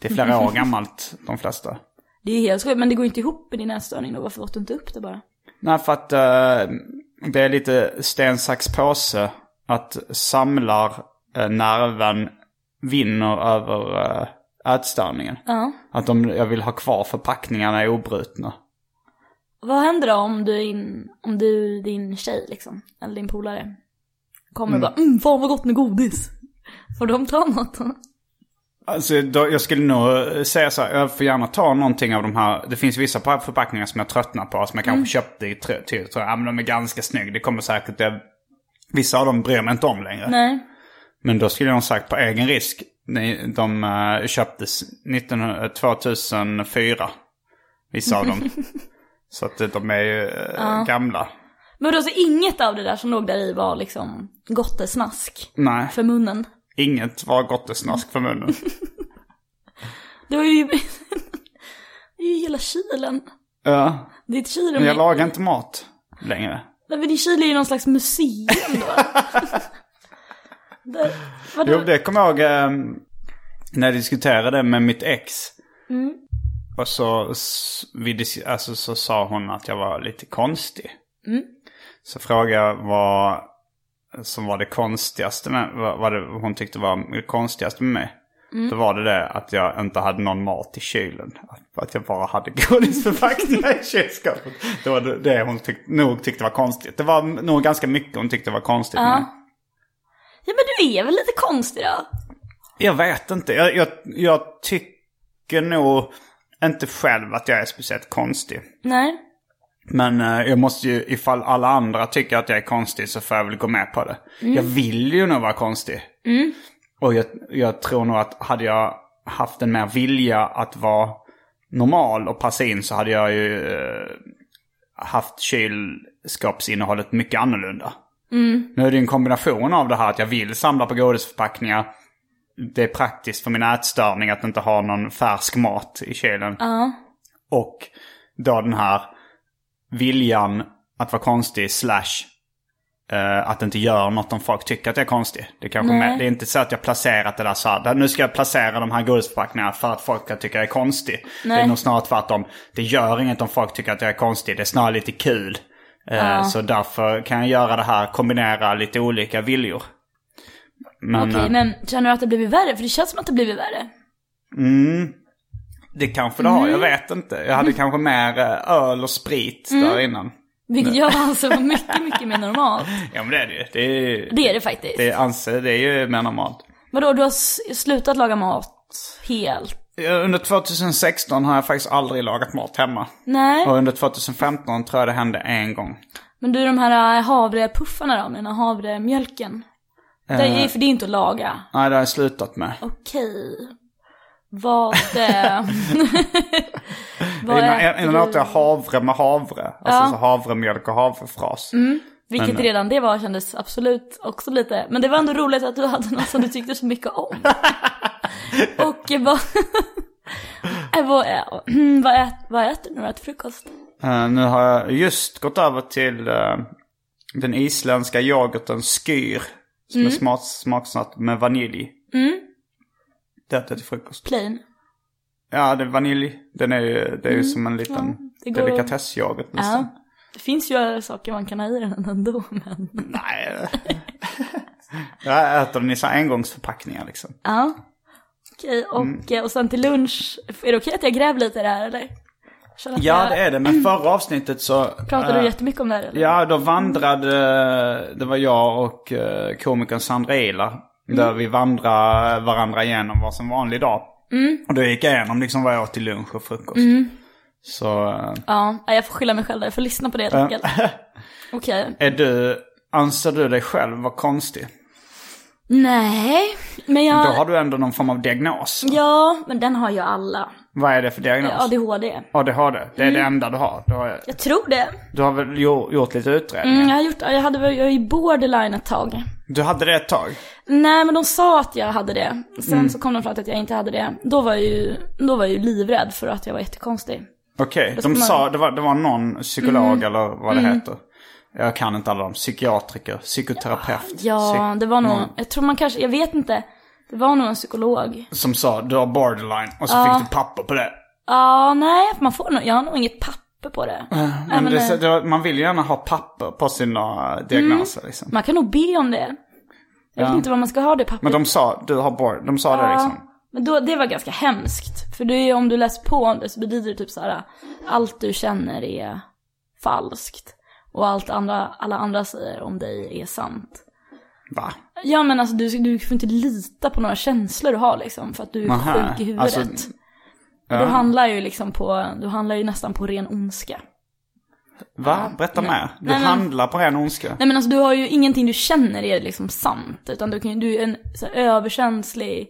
B: Det är flera år gammalt, de flesta.
C: Det är helt sjukt, men det går inte ihop med din ätstörning då. Varför åt du inte upp det bara?
B: Nej, för att eh, det är lite sten, sax, påse. Att samlar eh, nerven vinner över eh, ätstörningen.
C: Ja.
B: Att de, jag vill ha kvar förpackningarna obrutna.
C: Vad händer då om du, är in, om du din tjej liksom, eller din polare, kommer och bara mm, fan vad gott med godis. Får de ta något?
B: Alltså, då, jag skulle nog säga så här, jag får gärna ta någonting av de här. Det finns vissa par- förpackningar som jag tröttnar på, som jag
C: Mm.
B: kanske köpte i tr- till. Tror jag, ja, men de är ganska snygga. Det kommer säkert, jag, vissa av dem bryr jag mig inte om längre.
C: Nej.
B: Men då skulle jag nog sagt på egen risk. Nej, De eh, köptes 1900, 2004. Vissa av dem. så att eh, de är ju eh, gamla.
C: Men då så inget av det där som låg där i var liksom gottesnask
B: Nej,
C: för munnen?
B: inget var gottesnask för munnen.
C: Det var ju... det är ju hela kylen.
B: ja,
C: Ditt kyl
B: men jag lagar inte mat längre.
C: Nej men din kyl är ju någon slags museum då. där, vadå?
B: Jo, det kommer jag ihåg eh, när jag diskuterade med mitt ex. Och så, s- vi, dis- alltså, så sa hon att jag var lite konstig. Så frågade jag vad som var det konstigaste med, vad, vad det, hon tyckte var det konstigaste med mig. Då var det det att jag inte hade någon mat i kylen. Att- Att jag bara hade godisförpackningar i kylskåpet. Det var det- det hon tyck, nog tyckte var konstigt. Det var nog ganska mycket hon tyckte var konstigt med mig.
C: Ja men du är väl lite konstig då?
B: Jag vet inte. Jag, jag, jag tycker nog inte själv att jag är speciellt konstig.
C: Nej.
B: Men eh, jag måste ju, ifall alla andra tycker att jag är konstig så får jag väl gå med på det. Jag vill ju nog vara konstig. Och jag, jag tror nog att hade jag haft en mer vilja att vara normal och passa in så hade jag ju eh, haft kylskåpsinnehållet mycket annorlunda. Nu är det ju en kombination av det här att jag vill samla på godisförpackningar. Det är praktiskt för min ätstörning att inte ha någon färsk mat i kylen. Och då den här viljan att vara konstig slash eh, att inte göra något om folk tycker att jag är konstig. Det, är kanske med, det är inte så att jag placerat det där så här, nu ska jag placera de här godisförpackningarna för att folk ska tycka jag är konstig. Det är nog snarare tvärtom. Det gör inget om folk tycker att jag är konstig, det är snarare lite kul. Eh, Så därför kan jag göra det här, kombinera lite olika viljor. Men,
C: Okej
B: eh,
C: men känner du att det blivit värre? För det känns som att det blivit värre.
B: det kanske det
C: Mm.
B: har, jag vet inte. Jag hade kanske mer eh, öl och sprit
C: Mm.
B: där innan.
C: Vilket jag anser vara mycket, mycket mer normalt.
B: Ja men det är det ju. Det är ju...
C: Det är det faktiskt.
B: Det anser det är ju mer normalt.
C: Vadå, du har s- slutat laga mat helt?
B: Under 2016 har jag faktiskt aldrig lagat mat hemma.
C: Nej.
B: Och under 2015 tror jag det hände en gång.
C: Men du, de här äh, havrepuffarna då, med den här havremjölken? Det
B: Eh.
C: är, för det är inte att laga.
B: Nej, det har jag slutat med.
C: Okej. Vad... eh, Vad
B: innan
C: äter
B: innan
C: du?
B: åt jag havre med havre. Alltså så havremjölk och havrefras.
C: Vilket
B: men-
C: redan det var kändes absolut också lite... Men det var ändå roligt att du hade något som du tyckte så mycket om. Och eh, vad... Eh, vad, ä- vad, ät, vad äter du när du äter frukost?
B: Eh, nu har jag just gått över till eh, den isländska yoghurten skyr. Som
C: Mm.
B: är smak, smaksatt med vanilj. Det äter jag till frukost.
C: Plain?
B: Ja, det är vanilj. Den är ju, det är ju som en liten
C: Mm. det går-
B: delikatessyoghurt nästan.
C: Ja. Det finns ju saker man kan ha i den ändå, men...
B: Nej. Jag äter den i så här engångsförpackningar liksom.
C: Ja. Okej, och,
B: Mm.
C: eh, och sen till lunch, är det okej att jag gräver lite i det här eller? Känner att
B: Ja
C: jag-
B: det är det, men förra avsnittet så...
C: Pratar
B: eh,
C: du jättemycket om det här eller?
B: Ja, då vandrade, det var jag och eh, komikern Sandra Ehler. Där vi vandrade varandra igenom vad som vanlig dag. Och då gick jag igenom liksom vad jag åt till lunch och frukost. Så eh,
C: Ja, nej, jag får skylla mig själv där, jag får lyssna på det helt enkelt. Okej.
B: är du, anser du dig själv vara konstig?
C: Nej, men
B: Då
C: jag...
B: har du ändå någon form av diagnos.
C: Ja, men den har ju alla.
B: Vad är det för diagnos?
C: ADHD.
B: ADHD. Det är det enda du har. Du har,
C: Jag tror det.
B: du har väl gjort, gjort lite utredningar?
C: Mm, jag har gjort, jag hade väl- jag är ju borderline ett tag.
B: Du hade det ett tag?
C: Nej men de sa att jag hade det. Sen
B: Mm.
C: så kom de fram till att jag inte hade det. Då var jag ju, då var jag ju livrädd för att jag var jättekonstig.
B: Okej, de
C: ska man- Mm.
B: sa, det var, det var någon psykolog eller vad det heter. Jag kan inte alla dem. Psykiatriker, psykoterapeut.
C: Ja,
B: psyk- Mm.
C: det var nog, jag tror man kanske, jag vet inte. Det var nog en psykolog.
B: Som sa du har borderline och så fick du papper på det.
C: Ja, nej, man får nog, jag har nog inget papper på det. Mm.
B: Men
C: Även,
B: det,
C: eh,
B: det, man vill ju gärna ha papper på sina eh, diagnoser liksom.
C: Man kan nog be om det. Jag vet inte vad man ska ha det pappret.
B: Men de sa, du har bord, de sa det liksom.
C: Men då, det var ganska hemskt. För det är, ju- om du läser på om det så betyder det typ så här, allt du känner är falskt. Och allt andra, alla andra säger om dig är sant.
B: Va?
C: Ja men alltså du, du får inte lita på några känslor du har liksom, för att du är
B: Aha,
C: sjuk i huvudet.
B: alltså,
C: Du handlar ju liksom på, du handlar ju nästan på ren ondska.
B: Va? Berätta mer. Du
C: Nej, men-
B: handlar på ren ondska.
C: Nej men alltså du har ju ingenting du känner är liksom sant. Utan du, kan, ju- du är en så här, överkänslig,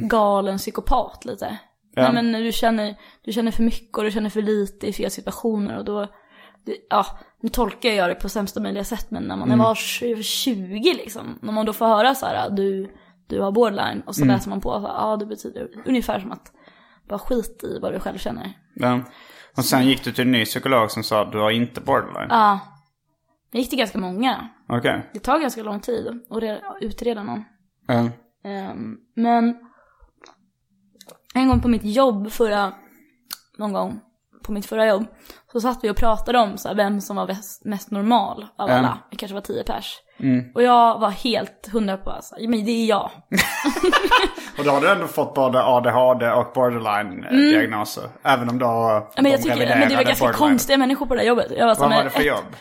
C: galen psykopat lite. Nej men när du känner, du känner för mycket och du känner för lite i fel situationer och då, det, ja, nu tolkar jag det på sämsta möjliga sätt men när man var tj- 20 liksom, när man då får höra så här, "Ah, du, du har borderline och så läser man på så här, ja det betyder ungefär som att bara skit i vad du själv känner.
B: Ja. Och sen gick du till en ny psykolog som sa du har inte borderline.
C: Ja. Det gick till ganska många.
B: Okej.
C: Det tar ganska lång tid att re- utreda någon.
B: Ja.
C: Ehm, men en gång på mitt jobb förra, någon gång på mitt förra jobb, så satt vi och pratade om så här, vem som var väst, mest normal av alla. Det kanske var tio pers.
B: Mm.
C: Och jag var helt hundra på alltså, men det är jag.
B: Och då har du ändå fått både ADHD och Mm. borderline-diagnoser. Även om du har...
C: Men jag
B: de
C: tycker men det
B: reviderade
C: var ganska
B: borderline.
C: konstiga människor på det där jobbet. Jag var så
B: Vad
C: här,
B: var det för
C: ett-
B: jobb?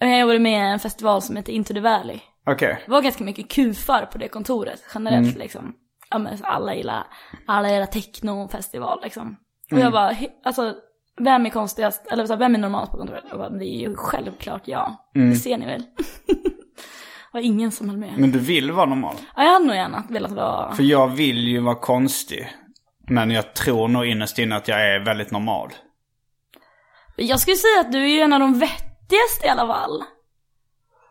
C: Men Jag jobbade med en festival som heter Into the Valley.
B: Okej.
C: Det var ganska mycket kufar på det kontoret generellt liksom. Ja men så alla gillar, alla gillar technofestival liksom. Och jag bara, he- alltså vem är konstigast, eller så här, vem är normalt på kontoret? Jag bara, det är ju självklart jag. Det ser ni väl? det var ingen som höll med.
B: Men du vill vara normal?
C: Ja, jag hade nog gärna velat vara,
B: För jag vill ju vara konstig. Men jag tror nog innerst inne att jag är väldigt normal.
C: jag skulle säga att du är ju en av de vettigaste i alla fall.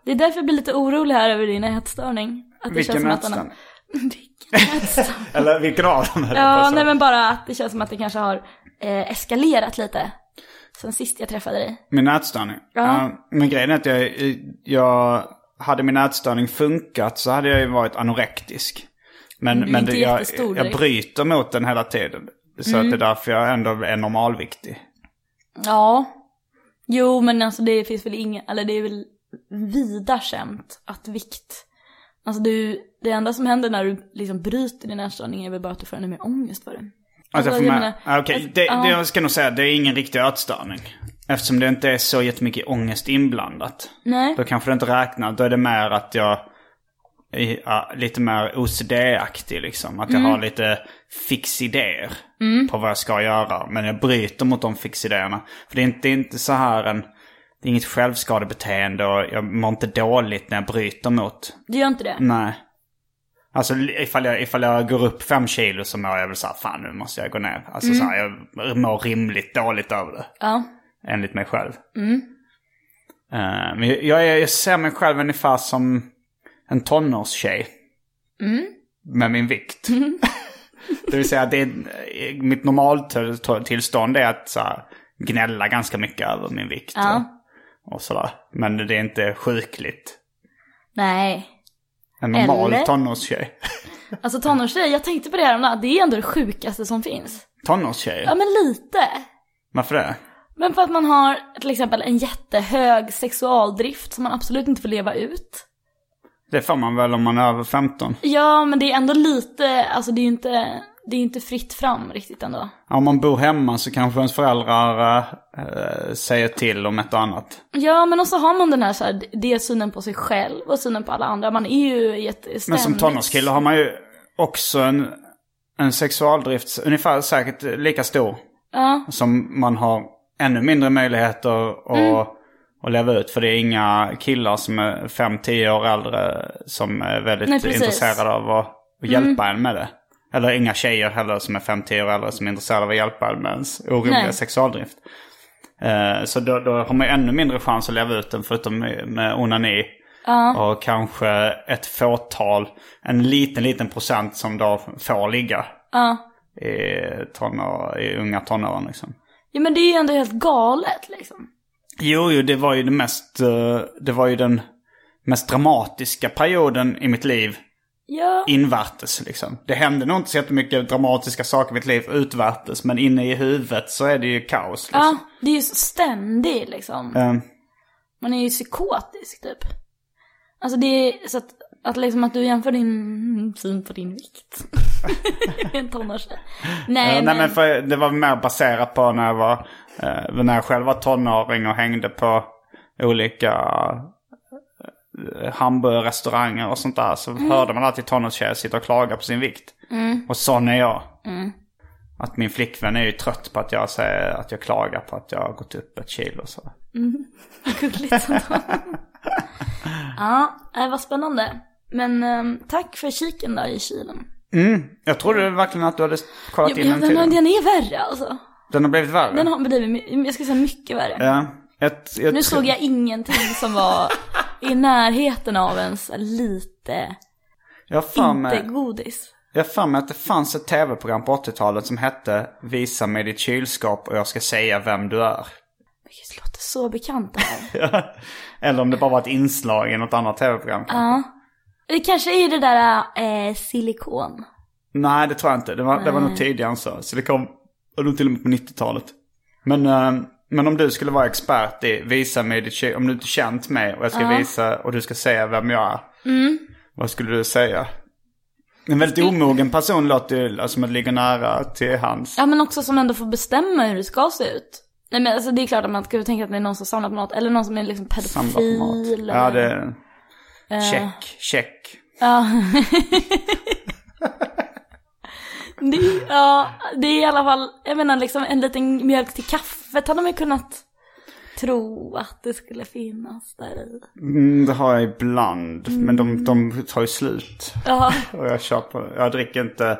C: Det är därför jag blir lite orolig här över din ätstörning. Att det känns
B: Vilken
C: som att den har-
B: nästan.
C: Vilken ätstörning?
B: Eller vilken av dem höll jag på
C: Ja,
B: att säga.
C: nej men bara att det känns som att det kanske har eh, eskalerat lite. Sen sist jag träffade dig.
B: Min nätstörning?
C: Ja.
B: Ja, men grejen är att jag, jag... Hade min nätstörning funkat så hade jag ju varit anorektisk. Men,
C: du är
B: men
C: Mm, inte
B: det, jag,
C: jättestor Mm.
B: jag
C: direkt.
B: bryter mot den hela tiden. Så att det är därför jag ändå är normalviktig.
C: Ja. Jo, men alltså det finns väl ingen, eller det är väl vida känt att vikt. Alltså du, det enda som händer när du liksom bryter din ätstörning är väl bara att du får ännu mer ångest för den.
B: Alltså,
C: Alltså,
B: för
C: jag
B: mig,
C: menar-
B: ah, okej,
C: alltså,
B: det,
C: ja.
B: det jag ska nog säga, det är ingen riktig ätstörning. Eftersom det inte är så jättemycket ångest inblandat.
C: Nej.
B: Då kanske det inte räknar. Då är det mer att jag är ja, lite mer OCD-aktig liksom. Att jag har lite fixidéer på vad jag ska göra. Men jag bryter mot de fixidéerna. För det är inte, det är inte så här en... Det är inget självskadebeteende och jag mår inte dåligt när jag bryter mot.
C: Du gör inte det?
B: Nej. Alltså ifall jag, ifall jag går upp fem kilo så mår jag väl så här, fan nu måste jag gå ner. Alltså så här, jag mår rimligt dåligt över det.
C: Ja.
B: Enligt mig själv.
C: Mm.
B: Eh, men jag, jag, är- jag ser mig själv ungefär som en tonårstjej.
C: Mm.
B: Med min vikt. det vill säga, det är, mitt normaltillstånd är att så här, gnälla ganska mycket över min vikt. eh,
C: Ja.
B: Och, och sådär. Men det är inte sjukligt.
C: Nej.
B: En normal
C: Eller?
B: tonårstjej.
C: Alltså tonårstjej, jag tänkte på det här om dagen. det är ändå det sjukaste som finns.
B: Tonårstjej?
C: Ja, men lite.
B: Varför det?
C: Men för att man har till exempel en jättehög sexualdrift som man absolut inte får leva ut.
B: Det får man väl om man är över 15.
C: Ja, men det är ändå lite, alltså det är ju inte, det är ju inte fritt fram riktigt ändå.
B: Om man bor hemma så kanske ens föräldrar eh, säger till om ett och annat.
C: Ja, men också har man den här, så här det är synen på sig själv och synen på alla andra. Man är ju i ett ständigt...
B: Men som tonårskille har man ju också en, en sexualdrift ungefär säkert lika stor.
C: Ja.
B: Som man har ännu mindre möjligheter att,
C: Mm.
B: att leva ut. För det är inga killar som är 5-10 år äldre som är väldigt
C: Nej, precis. Mm.
B: intresserade av att, att hjälpa en med det. Eller inga tjejer heller som är 5-10 år äldre som är intresserade av att hjälpa en med ens orimliga
C: Nej.
B: sexualdrift. Eh, Så då, då har man ju ännu mindre chans att leva ut den förutom med med onani. Och kanske ett fåtal, en liten, liten procent som då får ligga. I, tonår, I unga tonåren liksom.
C: ja, men det är ju ändå helt galet liksom.
B: Jo, jo, det var ju det mest, eh, det var ju den mest dramatiska perioden i mitt liv.
C: Ja.
B: invärtes liksom. Det hände nog inte så jättemycket dramatiska saker i mitt liv utvärtes. Men inne i huvudet så är det ju kaos liksom.
C: Ja, det är ju så ständig liksom.
B: Ehm,
C: Man är ju psykotisk typ. Alltså det är så att, att liksom att du jämför din syn på din vikt. en tonårstjej. Nej,
B: Eh, Nej,
C: men,
B: men för det var mer baserat på när jag var, eh, när jag själv var tonåring och hängde på olika eh, hamburgerrestauranger och sånt där. Så
C: Mm.
B: hörde man alltid tonårstjejer sitta och klaga på sin vikt. Och sån är jag.
C: Mm.
B: Att min flickvän är ju trött på att jag säger att jag klagar på att jag har gått upp ett kilo och så.
C: gulligt ändå. ja, nej, vad spännande. Men ehm, tack för kiken där i Kilen.
B: Jag trodde verkligen att du hade kollat
C: Jag,
B: in
C: jag,
B: den till.
C: Mm. den, har-
B: Den,
C: den är värre alltså.
B: har blivit värre.
C: Den har blivit, my- jag ska säga mycket värre.
B: Ja. Ett, ett,
C: Nu såg jag ingenting som var i närheten av ens lite,
B: jag har
C: inte
B: inte
C: godis.
B: Jag har för mig att det fanns ett tv-program på 80-talet som hette Visa mig ditt kylskåp och jag ska säga vem du är.
C: Det låter så bekant det här.
B: Eller om det bara var ett inslag i något annat tv-program.
C: Ja. Det kanske är det där eh, silikon.
B: Nej, det tror jag inte. Det var, det var nog tidigare än så. Så det kom och då till och med på 90-talet. Men, eh, men om du skulle vara expert i Visa mig ditt kylskåp, om du inte känt mig och jag ska visa och du ska säga vem jag är.
C: Mm.
B: Vad skulle du säga? En väldigt omogen person låter ju alltså, som att ligga nära till hans.
C: Ja men också som ändå får bestämma hur det ska se ut. Nej men alltså det är klart att man skulle tänka att det är någon som samlar på något. Eller någon som är liksom
B: Samla på mat.
C: pedofil.
B: Ja,
C: eller- Eh.
B: det... Check, check.
C: Det, är- ja, det är i alla fall, jag menar liksom en liten mjölk till kaffet hade man ju kunnat tro att det skulle finnas där i.
B: Mm, det har jag ibland, men de, de tar ju slut.
C: Ja,
B: Och jag köper, jag dricker inte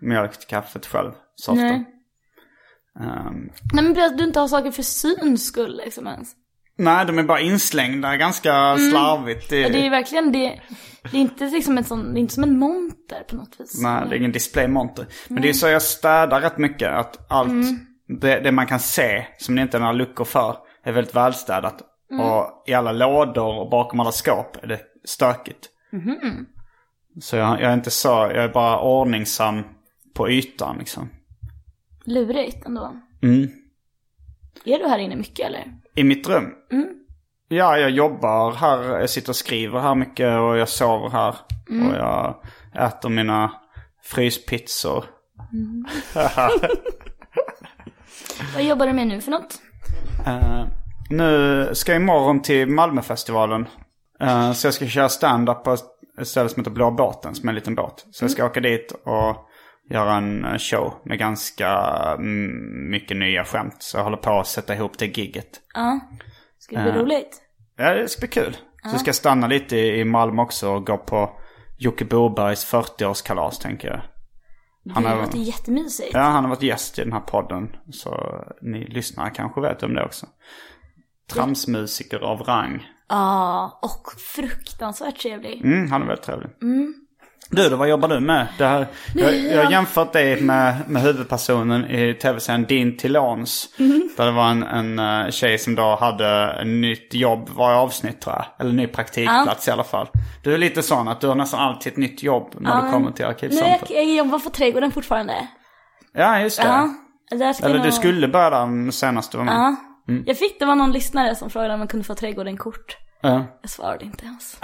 B: mjölk till kaffet själv så ofta. Ehm,
C: nej.
B: Nej.
C: Nej men precis, du inte har saker för syns skull liksom ens.
B: nej, de är bara inslängda ganska slarvigt. Det,
C: Mm. Ja, Det är verkligen det, det är inte liksom en sån, det är inte som en monter på något vis.
B: nej, det är ingen displaymonter. Men det är så jag städar rätt mycket. Att allt det, det man kan se, som det inte är några luckor för, är väldigt välstädat. Och i alla lådor och bakom alla skåp är det stökigt. Så jag, jag är inte så, jag är bara ordningsam på ytan liksom.
C: Lurigt ändå.
B: Mm.
C: Är du här inne mycket eller?
B: I mitt rum? Ja, jag jobbar här, jag sitter och skriver här mycket och jag sover här. Och jag äter mina fryspizzor.
C: Vad jobbar du med nu för något?
B: Eh, nu ska jag imorgon till Malmöfestivalen. Eh, så jag ska köra stand-up på ett ställe som heter Blå båten, som är en liten båt. Så jag ska åka dit och göra en eh, show med ganska mm, mycket nya skämt. Så jag håller på att sätta ihop det gigget.
C: Ja, skulle
B: Eh,
C: det bli roligt?
B: Ja, det ska bli kul. Så jag ska stanna lite i i Malmö också och gå på Jocke Bobergs 40-årskalas tänker jag. Han
C: det
B: har,
C: låter jättemysigt.
B: ja, han har varit gäst i den här podden. Så ni lyssnare kanske vet om det också. Tramsmusiker av rang.
C: Ja, och fruktansvärt trevlig.
B: Mm, han är väldigt trevlig. Du då, vad jobbar du med? Det här, jag, jag har jämfört dig med, med huvudpersonen i tv-serien Din till låns.
C: Mm.
B: Där det var en, en eh, tjej som då hade ett nytt jobb varje avsnitt tror jag. Eller ny praktikplats i alla fall. Du är lite sån att du har nästan alltid ett nytt jobb när du kommer till
C: Nu är
B: Arkivsamtal.
C: jag, jag jobbar på trädgården fortfarande.
B: Ja, just det.
C: Ja. Där ska
B: Eller
C: jag
B: du
C: nog-
B: skulle börja där senast du var med.
C: Ja. Jag fick, det var någon lyssnare som frågade om man kunde få trädgården-kort.
B: Ja.
C: Jag svarade inte ens.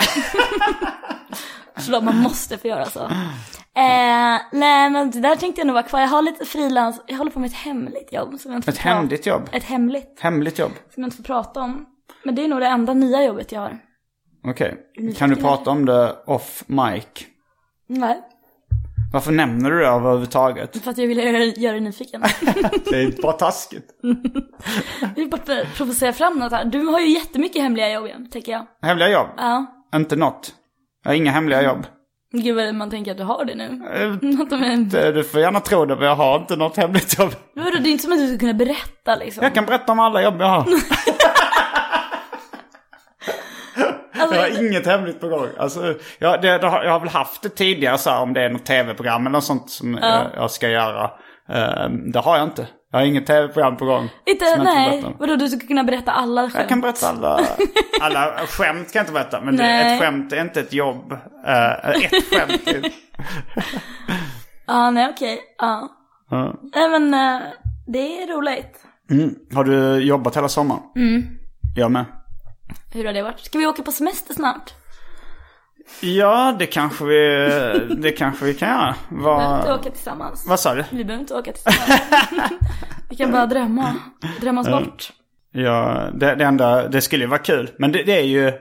C: Förlåt, man måste få göra så. Eh, nej men det där tänkte jag nog vara kvar. Jag har lite frilans, jag håller på med ett hemligt jobb. Som jag inte får
B: Ett
C: prata-
B: hemligt jobb?
C: Ett hemligt,
B: Hemligt jobb?
C: som jag inte får prata om. Men det är nog det enda nya jobbet jag har.
B: Okej. Kan du prata om det off mic?
C: Nej,
B: Varför nämner du det överhuvudtaget?
C: för att jag ville göra, göra dig nyfiken.
B: Det är bara taskigt.
C: Det är bara för att provocera fram något här. Du har ju jättemycket hemliga jobb igen, tänker jag.
B: Hemliga jobb?
C: Ja.
B: Inte något. Jag har inga hemliga jobb.
C: Gud vad man tänker att du har det nu.
B: Eh,
C: Något om en...
B: det- Du får gärna tro det, men jag har inte något hemligt jobb.
C: Vadå, det är inte som att du skulle kunna berätta liksom.
B: Jag kan berätta om alla jobb jag har.
C: Alltså,
B: Jag har inget hemligt på gång. Alltså, jag, det, det har, jag har väl haft det tidigare så här, om det är något tv-program eller något sånt som jag, jag ska göra. Eh, det har jag inte. Jag har inget tv-program på gång.
C: Inte,
B: som jag
C: nej.
B: berättar om.
C: Vadå, du skulle kunna berätta alla skämt?
B: Jag kan berätta alla, alla skämt kan jag inte berätta. Men det,
C: Nej.
B: ett skämt är inte ett jobb. Eh, ett skämt är...
C: Ja, nej okej. Ja.
B: Ja.
C: Nej men, eh, det är roligt.
B: Mm. Har du jobbat hela sommaren? Mm. Jag med.
C: Hur har det varit? Ska vi åka på semester snart?
B: Ja, det kanske vi, det kanske vi kan göra.
C: Vi behöver inte
B: Vad,
C: åka tillsammans.
B: vad sa du?
C: Vi behöver inte åka tillsammans. vi kan bara drömma. Drömmas bort.
B: Ja, det, det enda, det skulle ju vara kul. Men det, det är ju,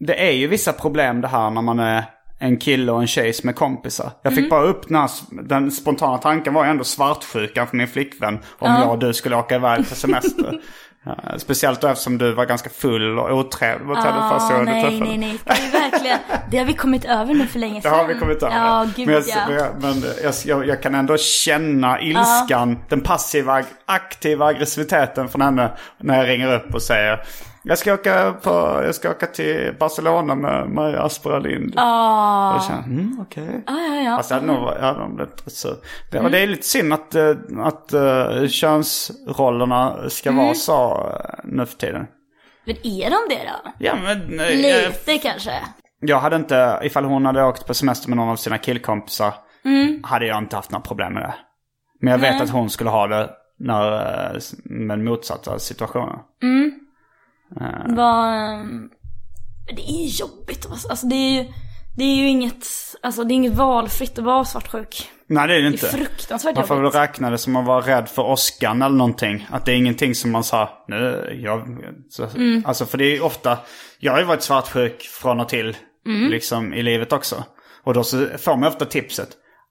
B: det är ju vissa problem det här när man är en kille och en tjej som är kompisar. Jag
C: Mm.
B: fick bara upp den, här, den spontana tanken var ju ändå svartsjukan för min flickvän. Om jag och du skulle åka iväg på semester. ja, speciellt då eftersom du var ganska full och otrevlig mot henne första
C: Ja,
B: gången du
C: nej,
B: träffade
C: nej, nej. Det, är verkligen, det har vi kommit över nu för länge
B: Det
C: sedan.
B: har vi kommit över.
C: Ja, gud
B: men jag,
C: ja.
B: men jag, jag, jag kan ändå känna ilskan, den passiva, aktiva aggressiviteten från henne när jag ringer upp och säger jag ska åka, på, jag ska åka till Barcelona med Maria Aspera Lind.
C: Ja,
B: Jag känner, mm, okej.
C: ja, ja. ja. Mm.
B: Alltså jag hade nog varit- jag hade nog blivit rätt sur. Det, och det är lite synd att, eh, att uh, könsrollerna ska
C: Mm.
B: vara så eh, nu för tiden.
C: Men är de det då?
B: Ja men... eh, jag-
C: Lite kanske.
B: Jag hade inte, ifall hon hade åkt på semester med någon av sina killkompisar,
C: Mm.
B: hade jag inte haft några problem med det. Men jag vet att hon skulle ha det när, eh, med motsatta situationer.
C: Vad... ehm, Det är ju jobbigt. Alltså Alltså, det, är ju, det är ju inget, alltså, det är inget valfritt att vara svartsjuk.
B: Nej det är det
C: Det
B: inte.
C: är fruktansvärt
B: Man får väl
C: jobbigt.
B: räkna det som att vara rädd för åskan eller någonting. Att det är ingenting som man sa, nu, jag... Så,
C: Mm.
B: Alltså för det är ju ofta, jag har ju varit svartsjuk från och till,
C: Mm.
B: liksom i livet också. Och då så får man ofta tipset,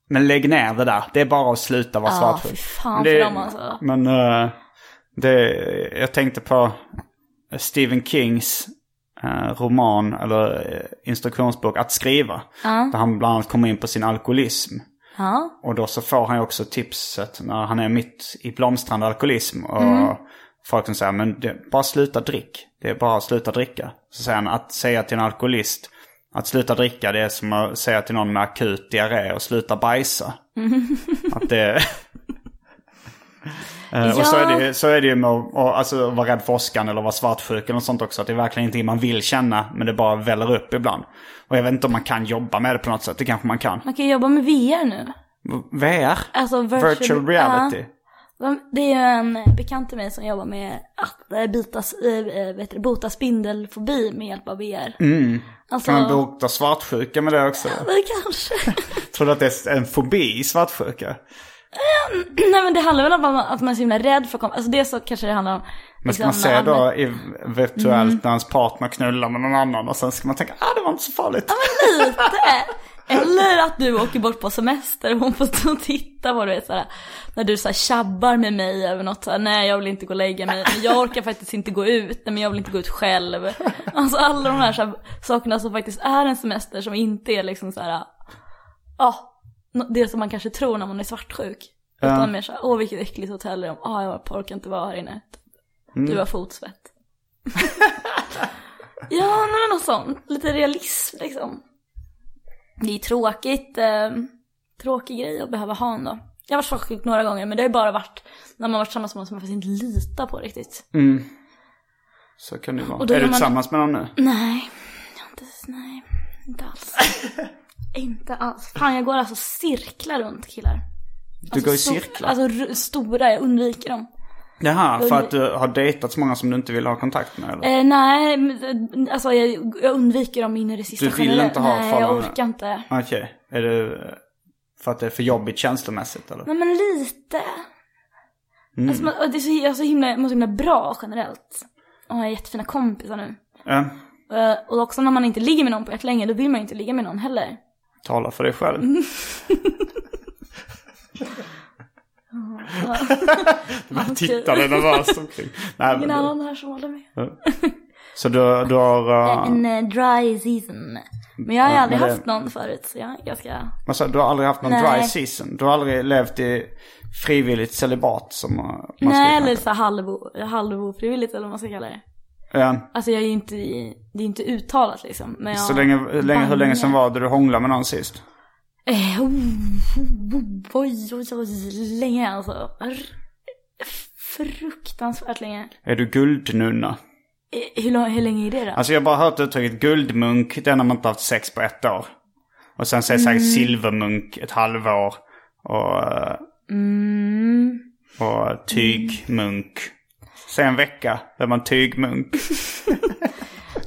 B: men lägg ner det där, det är bara att sluta vara
C: Ja,
B: svartsjuk.
C: Ah, fy fan
B: Det-
C: för dem alltså.
B: Men eh, det, jag tänkte på Stephen Kings eh, roman eller eh, instruktionsbok Att skriva. Där han bland annat kommer in på sin alkoholism.
C: Ja.
B: Och då så får han ju också tipset när han är mitt i blomstrande alkoholism. Och folk som säger, men det, bara sluta drick. Det är bara att sluta dricka. Så säger han, att säga till en alkoholist att sluta dricka det är som att säga till någon med akut diarré och sluta bajsa. Att det... Eh, Och så är, det, ju- så är det ju med att och, alltså, att vara rädd för åskan eller vara svartsjuk eller något sånt också. Att det är verkligen ingenting man vill känna men det bara väller upp ibland. Och jag vet inte om man kan jobba med det på något sätt. Det kanske man kan.
C: Man kan jobba med VR nu.
B: VR?
C: Alltså virtual,
B: Virtual reality.
C: Ja. Det är ju en eh, bekant till mig som jobbar med att eh, bitas, eh, eh, vet du, bota spindelfobi med hjälp av VR. Alltså,
B: Mm. Kan man bota svartsjuka med det också?
C: men kanske.
B: Tror du att det är en fobi i svartsjuka?
C: Nej men det handlar väl om att man- att man är så himla rädd för att komma, alltså det så kanske det handlar om.
B: Men ska
C: liksom,
B: man se
C: när-
B: då i virtuellt
C: Mm.
B: när ens partner knullar med någon annan och sen ska man tänka ah det var inte så farligt.
C: lite. Eller att du åker bort på semester och hon får stå och titta på dig såhär, när du såhär tjabbar med mig över något såhär, nej jag vill inte gå och lägga mig, men jag orkar faktiskt inte gå ut, nej men jag vill inte gå ut själv. Alltså alla de här, så här sakerna som faktiskt är en semester som inte är liksom såhär, ja, nå- det som man kanske tror när man är svartsjuk. Utan mer såhär, åh vilket äckligt hotell är de, ah jag orkar inte vara här inne. Du har fotsvett. ja, nej men något sånt, lite realism liksom. Det är tråkigt, eh, tråkig grej att behöva ha ändå. Jag har varit svartsjuk några gånger men det har ju bara varit när man varit tillsammans med någon som man faktiskt inte litar på riktigt.
B: Mm. Så kan det vara.
C: Och då
B: Är du
C: gör man-
B: tillsammans med någon nu?
C: Nej, jag har inte, nej, inte alls. inte alls. Fan jag går alltså cirklar runt killar.
B: Du går i cirklar?
C: Alltså ru- stora, jag undviker dem.
B: Jaha, för att du har dejtat så många som du inte vill ha kontakt med eller?
C: Eh, nej, men, eh, alltså jag, jag undviker dem in i det sista
B: Du vill
C: generellt.
B: inte ha
C: Nej, jag
B: förhållanden?
C: orkar inte.
B: Okej, är det för att det är för jobbigt känslomässigt eller?
C: Nej men lite.
B: Mm.
C: Alltså, man, och det är så, jag är så himla, jag mår så himla bra generellt. Och jag har jättefina kompisar nu.
B: Ja,
C: Eh, Och också när man inte ligger med någon på ett länge, då vill man ju inte ligga med någon heller.
B: tala för dig själv.
C: Mm.
B: Du bara tittade nervöst omkring. Nej,
C: Ingen
B: men,
C: annan här som håller med.
B: så du, du har... eh,
C: En eh, dry season. Men jag har ju aldrig
B: men det-
C: haft någon förut, så jag är ganska...
B: Vad sa du? Du har aldrig haft någon
C: Nej.
B: dry season? Du har aldrig levt i frivilligt celibat som eh, man skulle
C: Nej,
B: kunna-
C: eller så här halvo- halvofrivilligt eller vad man ska kalla det.
B: Ja.
C: Alltså jag är ju inte, i- det är inte uttalat liksom. Men jag...
B: Så länge, länge, hur länge sedan var det du hånglade med någon sist?
C: Eh, oh, oh, oh, oj, oj, oj, länge alltså. Arr. fruktansvärt länge.
B: Är du guldnunna?
C: I- Hur, lång, hur länge är det då?
B: Alltså jag har bara hört uttrycket guldmunk, det är när man inte haft sex på ett år. Och sen säger
C: Mm.
B: säkert silvermunk ett halvår. Och, eh,
C: Mm.
B: och tygmunk. Sen en vecka, då är man tygmunk.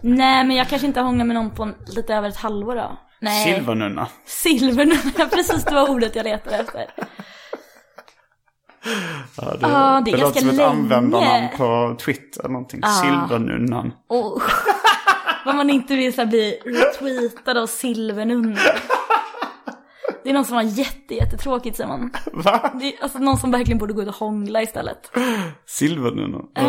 C: Nej men jag kanske inte har hånglat med någon på en- lite över ett halvår då. Nej.
B: Silvernunna.
C: Silver, ja, precis det var ordet jag letade efter.
B: Ja, det,
C: Ah, det
B: låter
C: är ganska
B: som ett
C: länge.
B: användarnamn på Twitter någonting. Silvernunnan.
C: Och vad man inte vill så här bli retweetad av silvernunnan. Det är någon som har jätte, jättetråkigt säger man.
B: Va?
C: Det är, alltså någon som verkligen borde gå ut och hångla istället.
B: Silvernunnan?
C: Ja.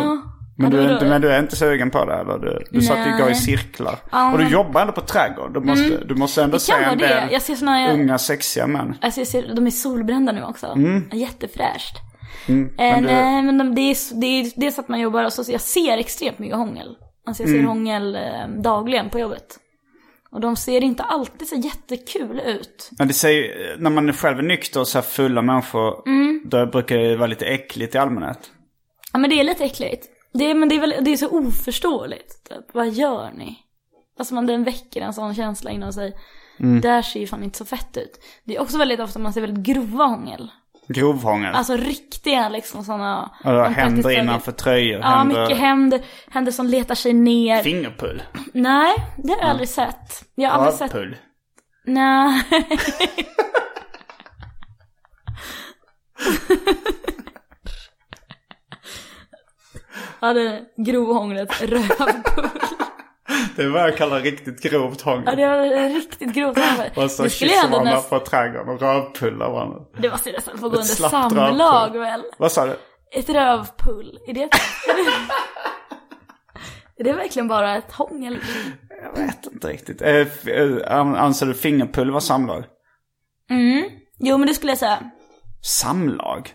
B: Men,
C: Ja,
B: du
C: det
B: är
C: var
B: inte,
C: då-
B: men du är inte sugen på det eller? Du, du sa att du
C: Nej.
B: går i cirklar. och du
C: men-
B: jobbar ändå på trädgård. Du måste, du måste ändå
C: Det kan
B: se
C: vara
B: en
C: det.
B: del
C: Jag ser såna här,
B: unga sexiga män.
C: alltså jag ser, de är solbrända nu också. Jättefräscht. eh,
B: men det-
C: Nej men de, det, är, s- det är dels att man jobbar och så, jag ser extremt mycket hångel. Alltså jag ser hångel eh, dagligen på jobbet. Och de ser inte alltid så jättekul ut.
B: Men det säger, när man själv är nykter och så här fulla människor,
C: Mm.
B: då brukar det vara lite äckligt i allmänhet.
C: Ja men det är lite äckligt. Det är, men det är, väl, det är så oförståeligt. Typ. Vad gör ni? Alltså man den väcker en sån känsla inom sig. Det här ser ju fan inte så fett ut. Det är också väldigt ofta man ser väldigt grova hångel.
B: Grovhångel.
C: Alltså riktiga liksom sådana.
B: och då
C: man praktiskt
B: händer
C: taget-
B: innanför tröjor.
C: Ja, mycket händer, händer som letar sig ner.
B: Fingerpull.
C: Nej, det har jag aldrig sett. Jag har aldrig sett...
B: Rövpull.
C: Nej. ja, det är grovhånglet rövpull.
B: Det är vad jag kallar riktigt grovt
C: Ja,
B: hångel.
C: det var riktigt grovt.
B: Och så
C: Det skulle jag
B: kysser
C: ändå
B: man
C: nästan...
B: på trädgården och rövpullar varandra.
C: Det måste ju nästan få
B: Ett
C: gå under
B: slappt
C: samlag
B: rövpull.
C: väl?
B: Vad sa du?
C: Ett rövpull, är det... är det verkligen bara ett hångel?
B: Jag vet inte riktigt. Eh, f- eh, an- Anser du fingerpull var samlag?
C: Mm. Jo, men det skulle jag säga.
B: Samlag?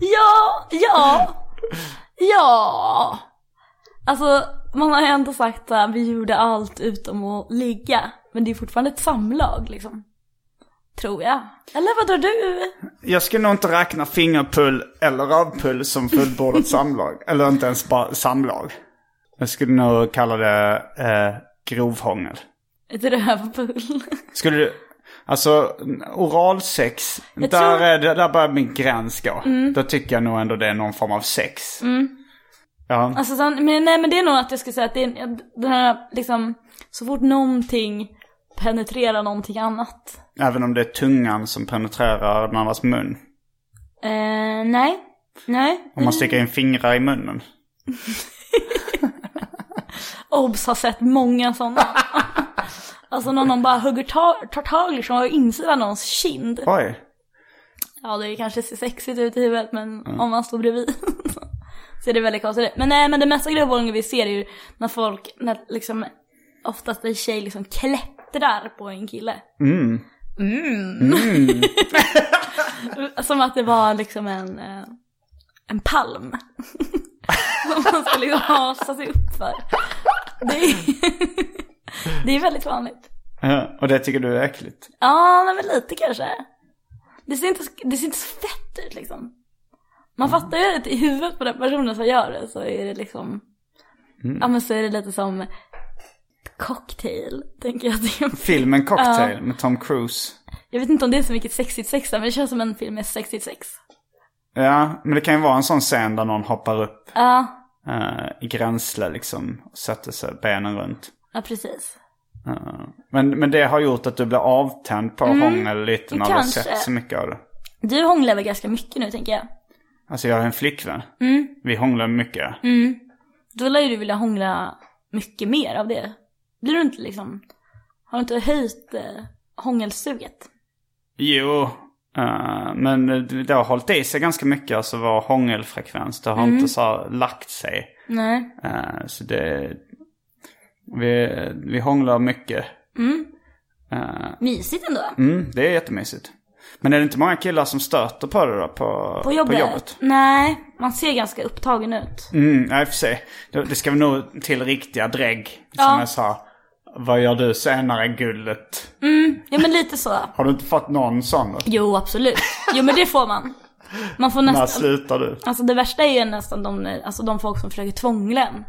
C: Ja, ja, ja. Alltså, man har ju ändå sagt att vi gjorde allt utom att ligga. Men det är fortfarande ett samlag liksom. Tror jag. Eller vad drar du?
B: Jag skulle nog inte räkna fingerpull eller rövpull som fullbordat samlag. Eller inte ens bara samlag. Jag skulle nog kalla det eh, grovhångel.
C: Ett rövpull.
B: Skulle du... Alltså, oralsex, där,
C: tror- Mm.
B: är, det- där börjar min gräns gå. Då tycker jag nog ändå det är någon form av sex. Ja.
C: Alltså, så, men, nej men det är nog att jag skulle säga att det är en- den här liksom, så fort någonting penetrerar någonting annat.
B: Även om det är tungan som penetrerar den andras mun.
C: Eh, nej, nej.
B: Om man sticker in fingrar i munnen.
C: Obs har sett många sådana. alltså när någon bara hugger tag, tar tag liksom av insidan av någons kind.
B: Oj.
C: Ja, det kanske ser sexigt ut i huvudet men om man står bredvid ser det väldigt konstigt ut. Men nej, men det mesta grovvåldet vi ser är ju när folk, när liksom oftast en tjej liksom klättrar på en kille. Mm. Som att det var liksom en, eh, en palm. Som man ska liksom hasa sig upp för. Det är, det är väldigt vanligt.
B: Ja, Och det tycker du är äckligt?
C: Ja, nej, men lite kanske. Det ser, inte, det ser inte så fett ut liksom. Man fattar ju att i huvudet på den personen som gör det så är det liksom, ja men så är det lite som cocktail, tänker jag. att det är.
B: Filmen Cocktail med Tom Cruise.
C: Jag vet inte om det är så mycket sexigt sex där, men det känns som en film med sexigt sex.
B: Ja, men det kan ju vara en sån scen där någon hoppar upp
C: Ja,
B: eh, i gränsle liksom. Och sätter sig benen runt.
C: ja precis.
B: Eh, men, men det har gjort att du blir avtänd på hångel lite när du har
C: kanske.
B: sett så mycket av det.
C: Du hånglar väl ganska mycket nu tänker jag.
B: Alltså jag har en flickvän. Vi hånglar mycket.
C: Då lär ju du vilja hångla mycket mer av det. Blir du inte liksom, har du inte höjt eh, hångelsuget?
B: Jo, eh, men det har hållit i sig ganska mycket. Alltså vår hångelfrekvens. Det har
C: Mm.
B: inte så här lagt sig.
C: Nej.
B: Eh, så det... Vi, vi hånglar mycket.
C: Mysigt ändå.
B: Mm, det är jättemysigt. Men är det inte många killar som stöter på det då? På,
C: På jobbet?
B: På jobbet?
C: Nej, man ser ganska upptagen ut.
B: Mm, ja, i och för sig. Det, det ska vi nog till riktiga drägg. Som
C: Ja.
B: jag sa. Vad gör du senare gullet?
C: Ja men lite så.
B: Har du inte fått någon sån?
C: Jo absolut. Jo men det får man. Man får
B: När
C: nästan...
B: slutar du?
C: Alltså det värsta är ju nästan de, alltså de folk som försöker tvångla en.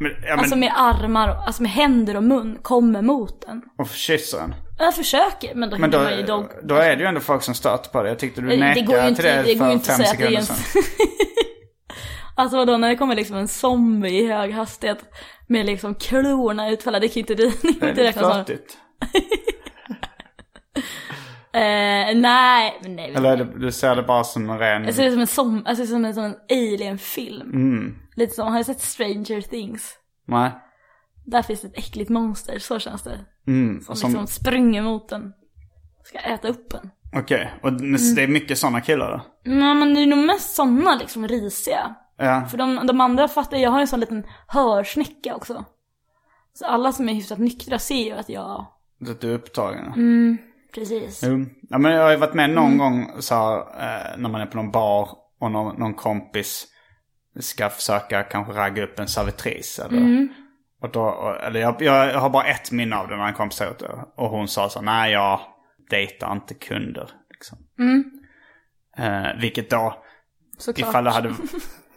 B: Men, ja,
C: Alltså
B: men,
C: med armar, och, alltså med händer och mun kommer mot en.
B: och kysser en.
C: Jag försöker, men då
B: Men
C: hinner
B: då,
C: man ju dog...
B: då är det ju ändå folk som stört på det. Jag tyckte du
C: Det går ju
B: nekade
C: inte,
B: till det,
C: det går
B: för
C: ju inte att
B: fem
C: säga att det
B: sekunder
C: är en...
B: sedan.
C: alltså vadå, när det kommer liksom en zombie i hög hastighet med liksom klorna utfällda, det kan ju inte du
B: Det
C: inte
B: är
C: räkna som... Eh,
B: flörtigt.
C: nej, Eh, nej. men nej.
B: Eller är det, du ser det bara som en ren...
C: Jag ser det som en, som, alltså, det ser som en, som en alien-film.
B: Mm.
C: Lite som, har du sett Stranger Things?
B: Nej.
C: Där finns det ett äckligt monster, så känns det. som,
B: som-
C: liksom springer mot en. Ska äta upp en.
B: Okej. Och det är mycket sådana killar då?
C: Nej men det är nog mest sådana liksom risiga.
B: Ja.
C: För de, de andra fattar jag har en sån liten hörsnäcka också. Så alla som är hyfsat nyktra ser ju att jag,
B: Att du är upptagen?
C: precis.
B: Jo. Ja, men jag har ju varit med någon gång så här, eh, när man är på någon bar och någon, någon kompis ska försöka kanske ragga upp en servitris. Eller, och då, och, eller jag, jag har bara ett minne av det när en kompis sa åt det. Och hon sa så här, nej jag dejtar inte kunder. Liksom. Eh, vilket då,
C: Såklart.
B: ifall det hade...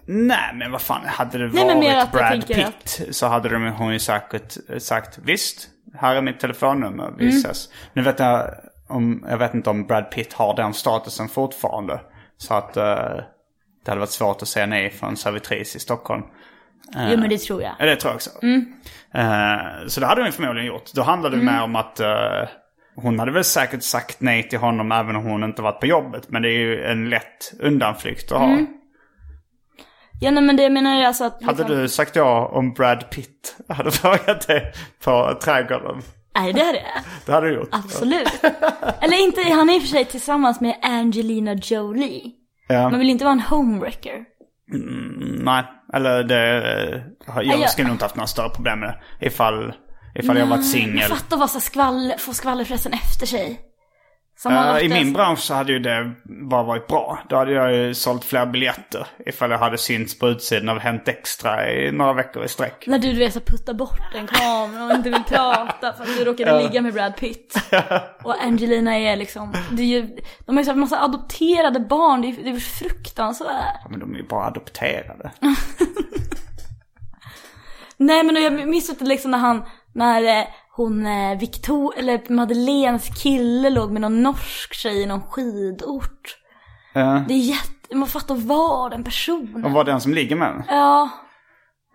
B: Nej men vad fan, hade det
C: Nej, men
B: varit
C: mer att jag
B: Brad
C: tänker
B: Pitt så hade de, hon ju säkert sagt visst, här är mitt telefonnummer,
C: Mm.
B: vi ses. Nu vet jag, om, jag vet inte om Brad Pitt har den statusen fortfarande. Så att eh, det hade varit svårt att säga nej från servitris i Stockholm.
C: Jo men det Mm. tror jag.
B: Ja, det tror jag också. Eh, så det hade hon ju förmodligen gjort. Då handlade
C: Mm.
B: det mer om att eh, hon hade väl säkert sagt nej till honom även om hon inte varit på jobbet. Men det är ju en lätt undanflykt att ha.
C: Mm. Ja nej men det jag menar är alltså att...
B: Hade du sagt ja om Brad Pitt hade frågat dig på trädgården?
C: Nej det är det.
B: Det hade du gjort.
C: Alltså- Absolut. Eller inte, han är i och för sig tillsammans med Angelina Jolie.
B: Ja.
C: Man vill inte vara en homewrecker.
B: Nej, eller det... eh, Jag,
C: jag-
B: skulle nog inte haft några större problem med det. Ifall, ifall jag varit singel.
C: Fatta vad så skvall, få skvallerpressen efter sig. Som har
B: Eh,
C: varit
B: I
C: en-
B: min bransch så hade ju det bara varit bra. Då hade jag ju sålt fler biljetter. Ifall jag hade synts på utsidan av Hänt Extra i några veckor i sträck.
C: När du, du vet, så puttar bort en kamera och inte vill prata för att du råkade ligga med Brad Pitt. Och Angelina är liksom, det är ju, de har ju så här massa adopterade barn, det är, det är ju fruktansvärt.
B: Ja, Men de är ju bara adopterade.
C: Nej men jag minns inte liksom när han, när eh, hon eh, Victor, eller Madeleines kille låg med någon norsk tjej i någon skidort. Det är jätte, man fattar vad en person.
B: De var den som ligger med mig.
C: Ja,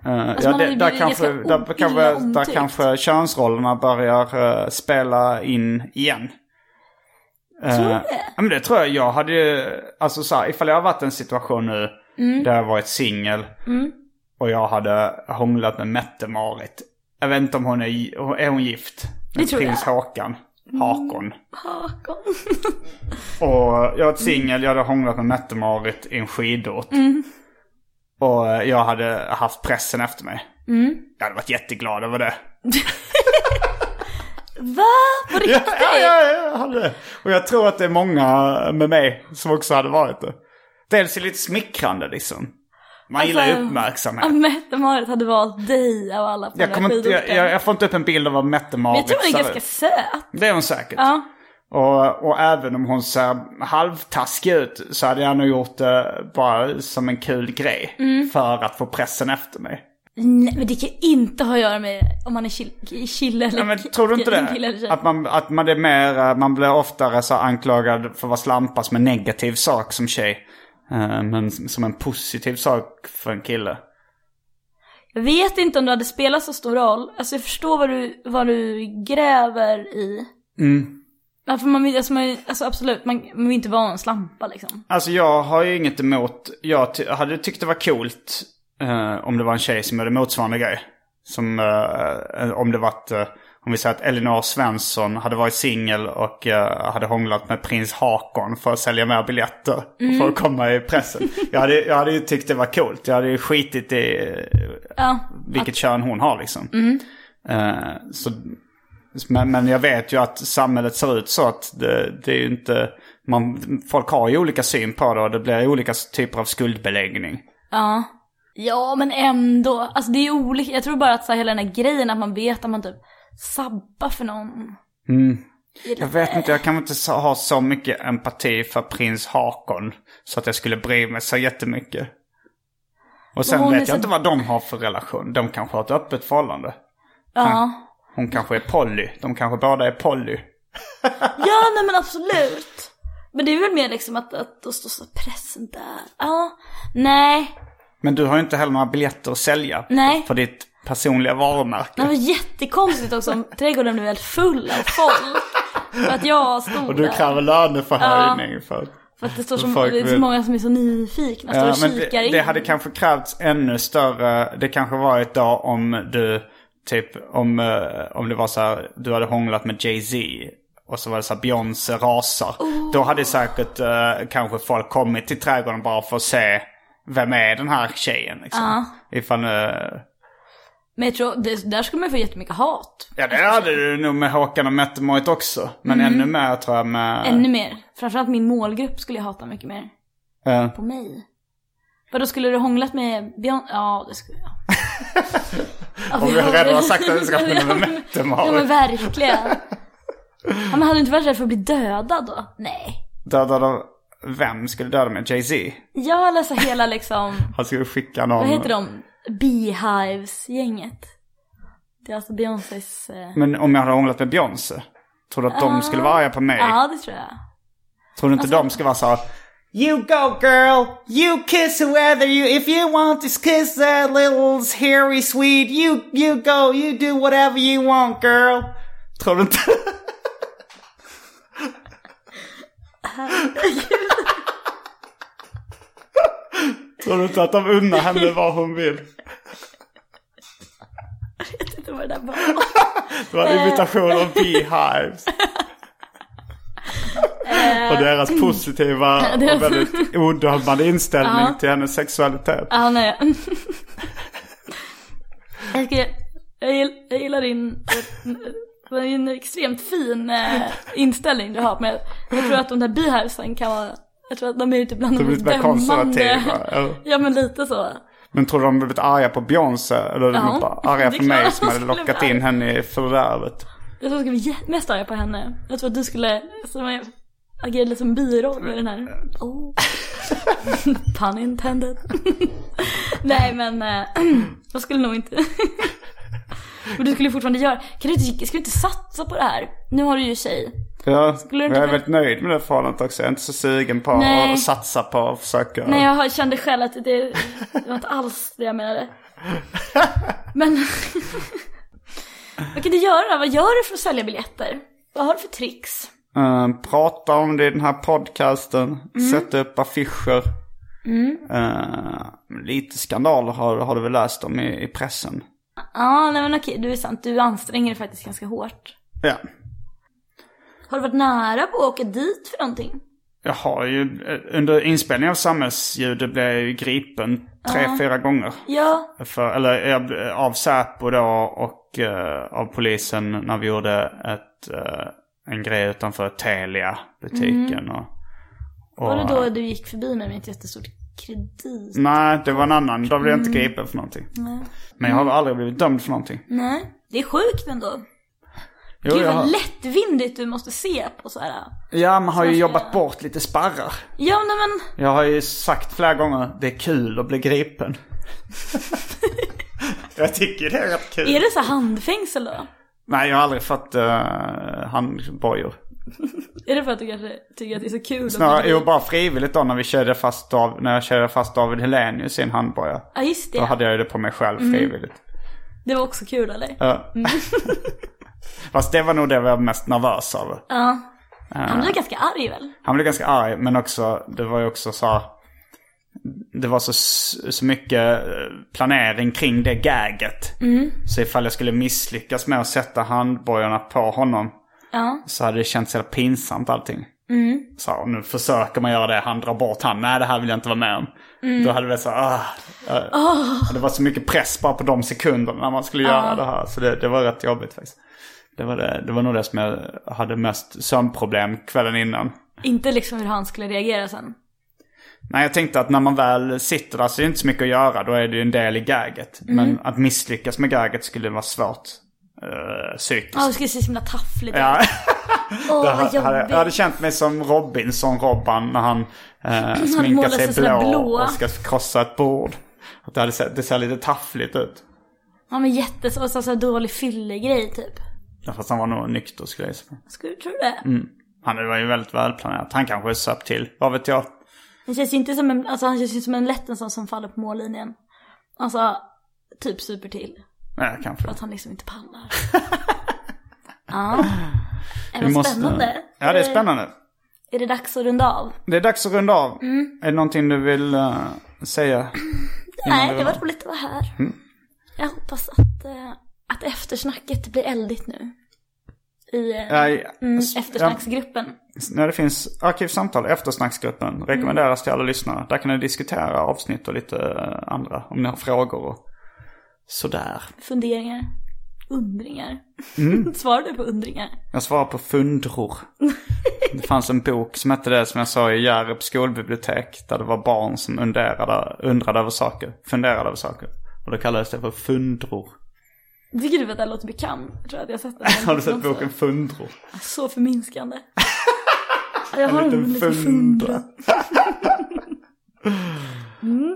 B: Eh, ja,
C: Alltså, man har
B: det,
C: ju
B: där,
C: blivit
B: kanske,
C: ganska
B: där,
C: o-
B: kanske,
C: illa
B: där
C: omtyckt.
B: kanske könsrollerna börjar eh, spela in igen. Tror
C: du
B: det? Ja, men det tror jag. Jag hade ju, alltså så här, ifall jag har varit i en situation nu
C: Mm.
B: där jag varit singel och jag hade hånglat med Mette-Marit. Jag vet inte om hon är, gi- är hon gift? Med
C: Det tror jag. Mm.
B: prins Håkan. Hakon.
C: bakom.
B: Och jag var ett singel, jag hade hånglat med Mette-Marit i en skidort. Och jag hade haft pressen efter mig. Jag hade varit jätteglad över det.
C: Va? På
B: Ja,
C: riktigt?
B: ja, ja, jag hade det. Och jag tror att det är många med mig som också hade varit det. Dels är det lite smickrande liksom. Man gillar ju uppmärksamhet.
C: Att Alltså, Mette-Marit hade valt dig av alla på
B: jag,
C: den
B: kommer
C: här
B: inte, jag,
C: skidorten.
B: jag, jag får inte upp en bild av vad
C: Men
B: Mette-Marit
C: jag tror hon är
B: ser
C: ganska
B: ut.
C: söt.
B: Det är hon säkert.
C: Ja.
B: Och, och även om hon ser halvtaskig ut så hade jag nog gjort det bara som en kul grej.
C: Mm.
B: För att få pressen efter mig.
C: Nej, men det kan ju inte ha att göra med om man är kille, i kille eller
B: Ja, men, tror du inte
C: en kille eller
B: det?
C: tjej.
B: Att man, att man är mer, eh, man blir oftare så anklagad för att vara slampa som en negativ sak som tjej. Eh, Men som en positiv sak för en kille.
C: Jag vet inte om det hade spelat så stor roll. Alltså jag förstår vad du, vad du gräver i. Mm. För man vill, alltså, man, alltså absolut, man, man vill inte vara en slampa liksom.
B: Alltså jag har ju inget emot, jag ty- hade tyckt det var coolt eh, om det var en tjej som gjorde motsvarande grej. Som eh, om det varit, eh, om vi säger att Elinor Svensson hade varit singel och eh, hade hånglat med prins Hakon för att sälja mer biljetter och för att komma i pressen. jag, hade, jag hade ju tyckt det var coolt, jag hade ju skitit i eh,
C: Ja.
B: vilket kön hon har liksom. Eh, så, men, men jag vet ju att samhället ser ut så att det, det är ju inte... Man, folk har ju olika syn på det och det blir olika typer av skuldbeläggning.
C: Ja. Ja, men ändå. Alltså det är olika. Jag tror bara att så här, hela den här grejen att man vet att man typ sabbar för någon.
B: Mm. Jag vet inte, jag kan inte så- ha så mycket empati för prins Hakon så att jag skulle bry mig så jättemycket. Och sen
C: hon är
B: vet
C: så-
B: jag inte vad de har för relation. De kanske har ett öppet förhållande.
C: Ja.
B: Hon kanske är poly. De kanske båda är poly.
C: Ja, nej men absolut. Men det är väl mer liksom att, att då står så pressen där. Ja, nej.
B: Men du har ju inte heller några biljetter att sälja
C: Nej.
B: för ditt personliga varumärke.
C: Det var jättekonstigt också om trädgården blev helt full av folk. För att jag stod
B: Och du
C: där.
B: kräver löneförhöjning för
C: För att det, står så,
B: Folk
C: det är så
B: vill-
C: många som är så nyfikna, står
B: Ja,
C: och
B: men
C: Alltså, kikar
B: det,
C: in.
B: det hade kanske krävts ännu större, det kanske varit då om du, typ om, eh, om det var så här, du hade hånglat med Jay-Z och så var det så här Beyoncé rasar.
C: Oh.
B: Då hade säkert eh, kanske folk kommit till trädgården bara för att se vem är den här tjejen liksom. Ifall nu,
C: Men jag tror, det, där skulle man få jättemycket hat.
B: ja det hade du nog med Håkan och Mettemorit också. Men ännu mer tror jag med...
C: Mm. Ännu mer. Framförallt min målgrupp skulle jag hata mycket mer.
B: Ja.
C: På mig. Vadå, skulle du hånglat med Björn? Ja, det skulle jag. Ja,
B: Om vi redan har sagt att vi ska
C: Ja,
B: hångla med
C: men-
B: Mette-Marit.
C: Ja men verkligen. Ja, men hade du inte varit rädd för att bli dödad då? Nej.
B: Dödade, vem skulle döda med Jay-Z?
C: Jag läser hela liksom,
B: Han skulle skicka någon...
C: vad heter de? Beehives-gänget. Det är alltså Beyoncés... eh,
B: Men om jag hade hånglat med Beyoncé, tror du att de skulle vara arga på mig?
C: Ja, det tror jag.
B: Tror du inte de skulle vara så här, You go girl, you kiss whoever you, if you want to kiss that little hairy Swede, you, you go, you do whatever you want girl. Tror du inte? tror du inte att de unnar henne vad hon vill?
C: Det var det där var.
B: Det var
C: Eh.
B: en imitation av Beehives. Och deras positiva och
C: Eh, det-
B: väldigt odömande inställning till hennes sexualitet.
C: Ja, nej. Jag, ska, jag, gill, jag gillar din, det är en extremt fin eh, inställning du har. Men jag tror att de där beehivesen kan vara, jag tror att de är ute bland
B: De
C: de
B: är lite
C: mest
B: mer konservativa.
C: dömande.
B: ja.
C: Ja men lite så.
B: Men tror du de blivit arga på Beyoncé? Eller de
C: Ja,
B: bara arga
C: det är
B: på mig
C: klart
B: som
C: de
B: hade
C: skulle
B: lockat
C: bli
B: in
C: arga.
B: henne i fördärvet?
C: Jag tror att jag skulle bli jä- mest arga på henne. Jag tror att du skulle som jag, agera lite som biroll med den här. Oh. Pun intended. Nej men eh, jag skulle nog inte. Men du skulle fortfarande göra. Kan du inte, ska du inte satsa på det här? Nu har du ju tjej.
B: Ja,
C: Skulle du
B: jag
C: inte
B: är
C: bli-
B: väldigt nöjd med det förhållandet också. Jag är inte så sugen på
C: Nej.
B: att satsa på att försöka.
C: Nej jag har- kände själv att det, det var inte alls det jag menade. Men vad kan du göra? Vad gör du för att sälja biljetter? Vad har du för tricks?
B: Eh, prata om det i den här podcasten. Sätta upp affischer. Eh, lite skandaler har, har du väl läst om i, i pressen?
C: Ja, nej men okej, du är sant. Du anstränger dig faktiskt ganska hårt.
B: Ja.
C: Har du varit nära på att åka dit för någonting?
B: Jag har ju, eh, under inspelningen av Samhällsljudet blev jag ju gripen tre, fyra gånger.
C: Ja,
B: För, eller jag, blev- av Säpo då och eh, av polisen när vi gjorde ett, eh, en grej utanför Telia-butiken. Och, och,
C: var det då du gick förbi mig med ett jättestort kredit?
B: Nej, det var en annan. Då blev jag
C: Mm.
B: inte gripen för någonting. Men jag har aldrig blivit dömd för någonting.
C: Nej, det är sjukt ändå.
B: Jo,
C: Gud
B: jag har,
C: vad lättvindigt du måste se på så här.
B: ja, man har ju
C: ska
B: jobbat
C: jag-
B: bort lite sparrar.
C: Ja, nej men,
B: Jag har ju sagt flera gånger, det är kul att bli gripen. jag tycker det är rätt kul.
C: är det så här handfängsel då?
B: Nej, jag har aldrig fått uh, handbojor.
C: Är det för att du kanske tycker att det är så kul? att-
B: Snarare, jo, bara frivilligt då när vi körde fast Dav, när jag körde fast David Helenius i en handboja.
C: Ja, Mm. just
B: Då
C: det.
B: hade jag ju det på mig själv frivilligt.
C: Det var också kul, eller?
B: Ja. Fast det var nog det jag var mest nervös över.
C: Han blev ganska arg väl?
B: Han blev ganska arg, men också, det var ju också så här- Det var så, så mycket eh, planering kring det gaget. Så ifall jag skulle misslyckas med att sätta handbojorna på honom så hade det känts helt pinsamt allting. Så här, nu försöker man göra det, han drar bort han. Nej, det här vill jag inte vara med om. Då hade det varit så här, ah, eh, Det var så mycket press bara på de sekunderna när man skulle göra det här. Så det, det var rätt jobbigt faktiskt. Det var, det, det var nog det som jag hade mest sömnproblem kvällen innan.
C: Inte liksom hur han skulle reagera sen.
B: Nej, jag tänkte att när man väl sitter där så är det inte så mycket att göra. Då är det ju en del i gaget.
C: Mm.
B: Men att misslyckas med gaget skulle vara svårt. eh, psykiskt.
C: Ja, du skulle se så himla tafflig ut.
B: Ja.
C: Åh,
B: Det
C: vad
B: hade, hade, jag hade
C: jobbigt.
B: känt mig som Robinson-Robban när han eh, sminkar
C: målar
B: sig
C: sig sådär
B: blå,
C: blå.
B: och ska krossa ett bord. Att det, hade sett, det ser lite taffligt ut.
C: Ja men jättes... Och så, så här dålig fyllegrej typ.
B: Ja, Fast han var nog nykter skulle jag gissa på.
C: Skulle du tro det?
B: Mm. Han det var ju väldigt välplanerat. Han kanske söp till, vad vet jag.
C: Han känns ju inte som en, alltså han känns ju som en lätt en sån som faller på mållinjen. Alltså, typ super till.
B: Nej, kanske.
C: Att han liksom inte pallar. ja. Är det spännande?
B: Ja, det är spännande.
C: Är det dags att runda av?
B: Det är dags att runda av.
C: Mm.
B: Är det någonting du vill eh, säga?
C: Nej,
B: vi
C: det var
B: rundar av.
C: roligt att vara här.
B: Mm.
C: Jag hoppas att, eh, att eftersnacket blir eldigt nu. I eh,
B: Ja, i-
C: mm,
B: s- ja.
C: eftersnacksgruppen.
B: När det finns arkivsamtal, eftersnacksgruppen, rekommenderas till alla lyssnare. Där kan ni diskutera avsnitt och lite eh, andra, om ni har frågor och sådär.
C: Funderingar. Undringar.
B: Mm.
C: Svarar du på undringar?
B: Jag svarar på fundror. Det fanns en bok som hette det som jag sa i Hjärups skolbibliotek. Där det var barn som undrade, undrade över saker. Funderade över saker. Och då kallades det för fundror.
C: Tycker du att det här låter bekant? Jag tror att jag har sett den.
B: Har du sett boken Fundror?
C: Så förminskande. Jag har en
B: liten
C: liten, liten
B: fundra.
C: fundra.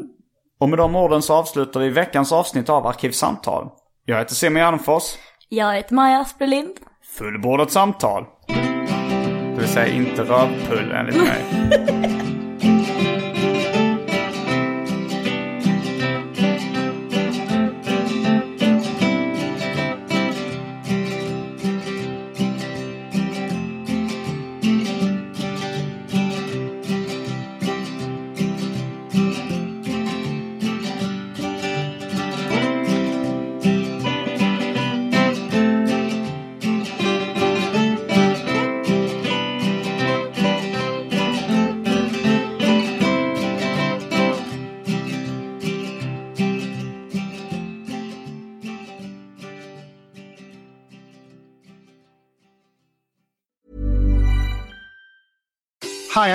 B: Och med de orden så avslutar vi veckans avsnitt av Arkivsamtal. Jag heter Simon Gärdenfors.
C: Jag heter Maja Asperlind.
B: Fullbordat samtal. Det vill säga inte rövpull enligt mig.
F: Hi,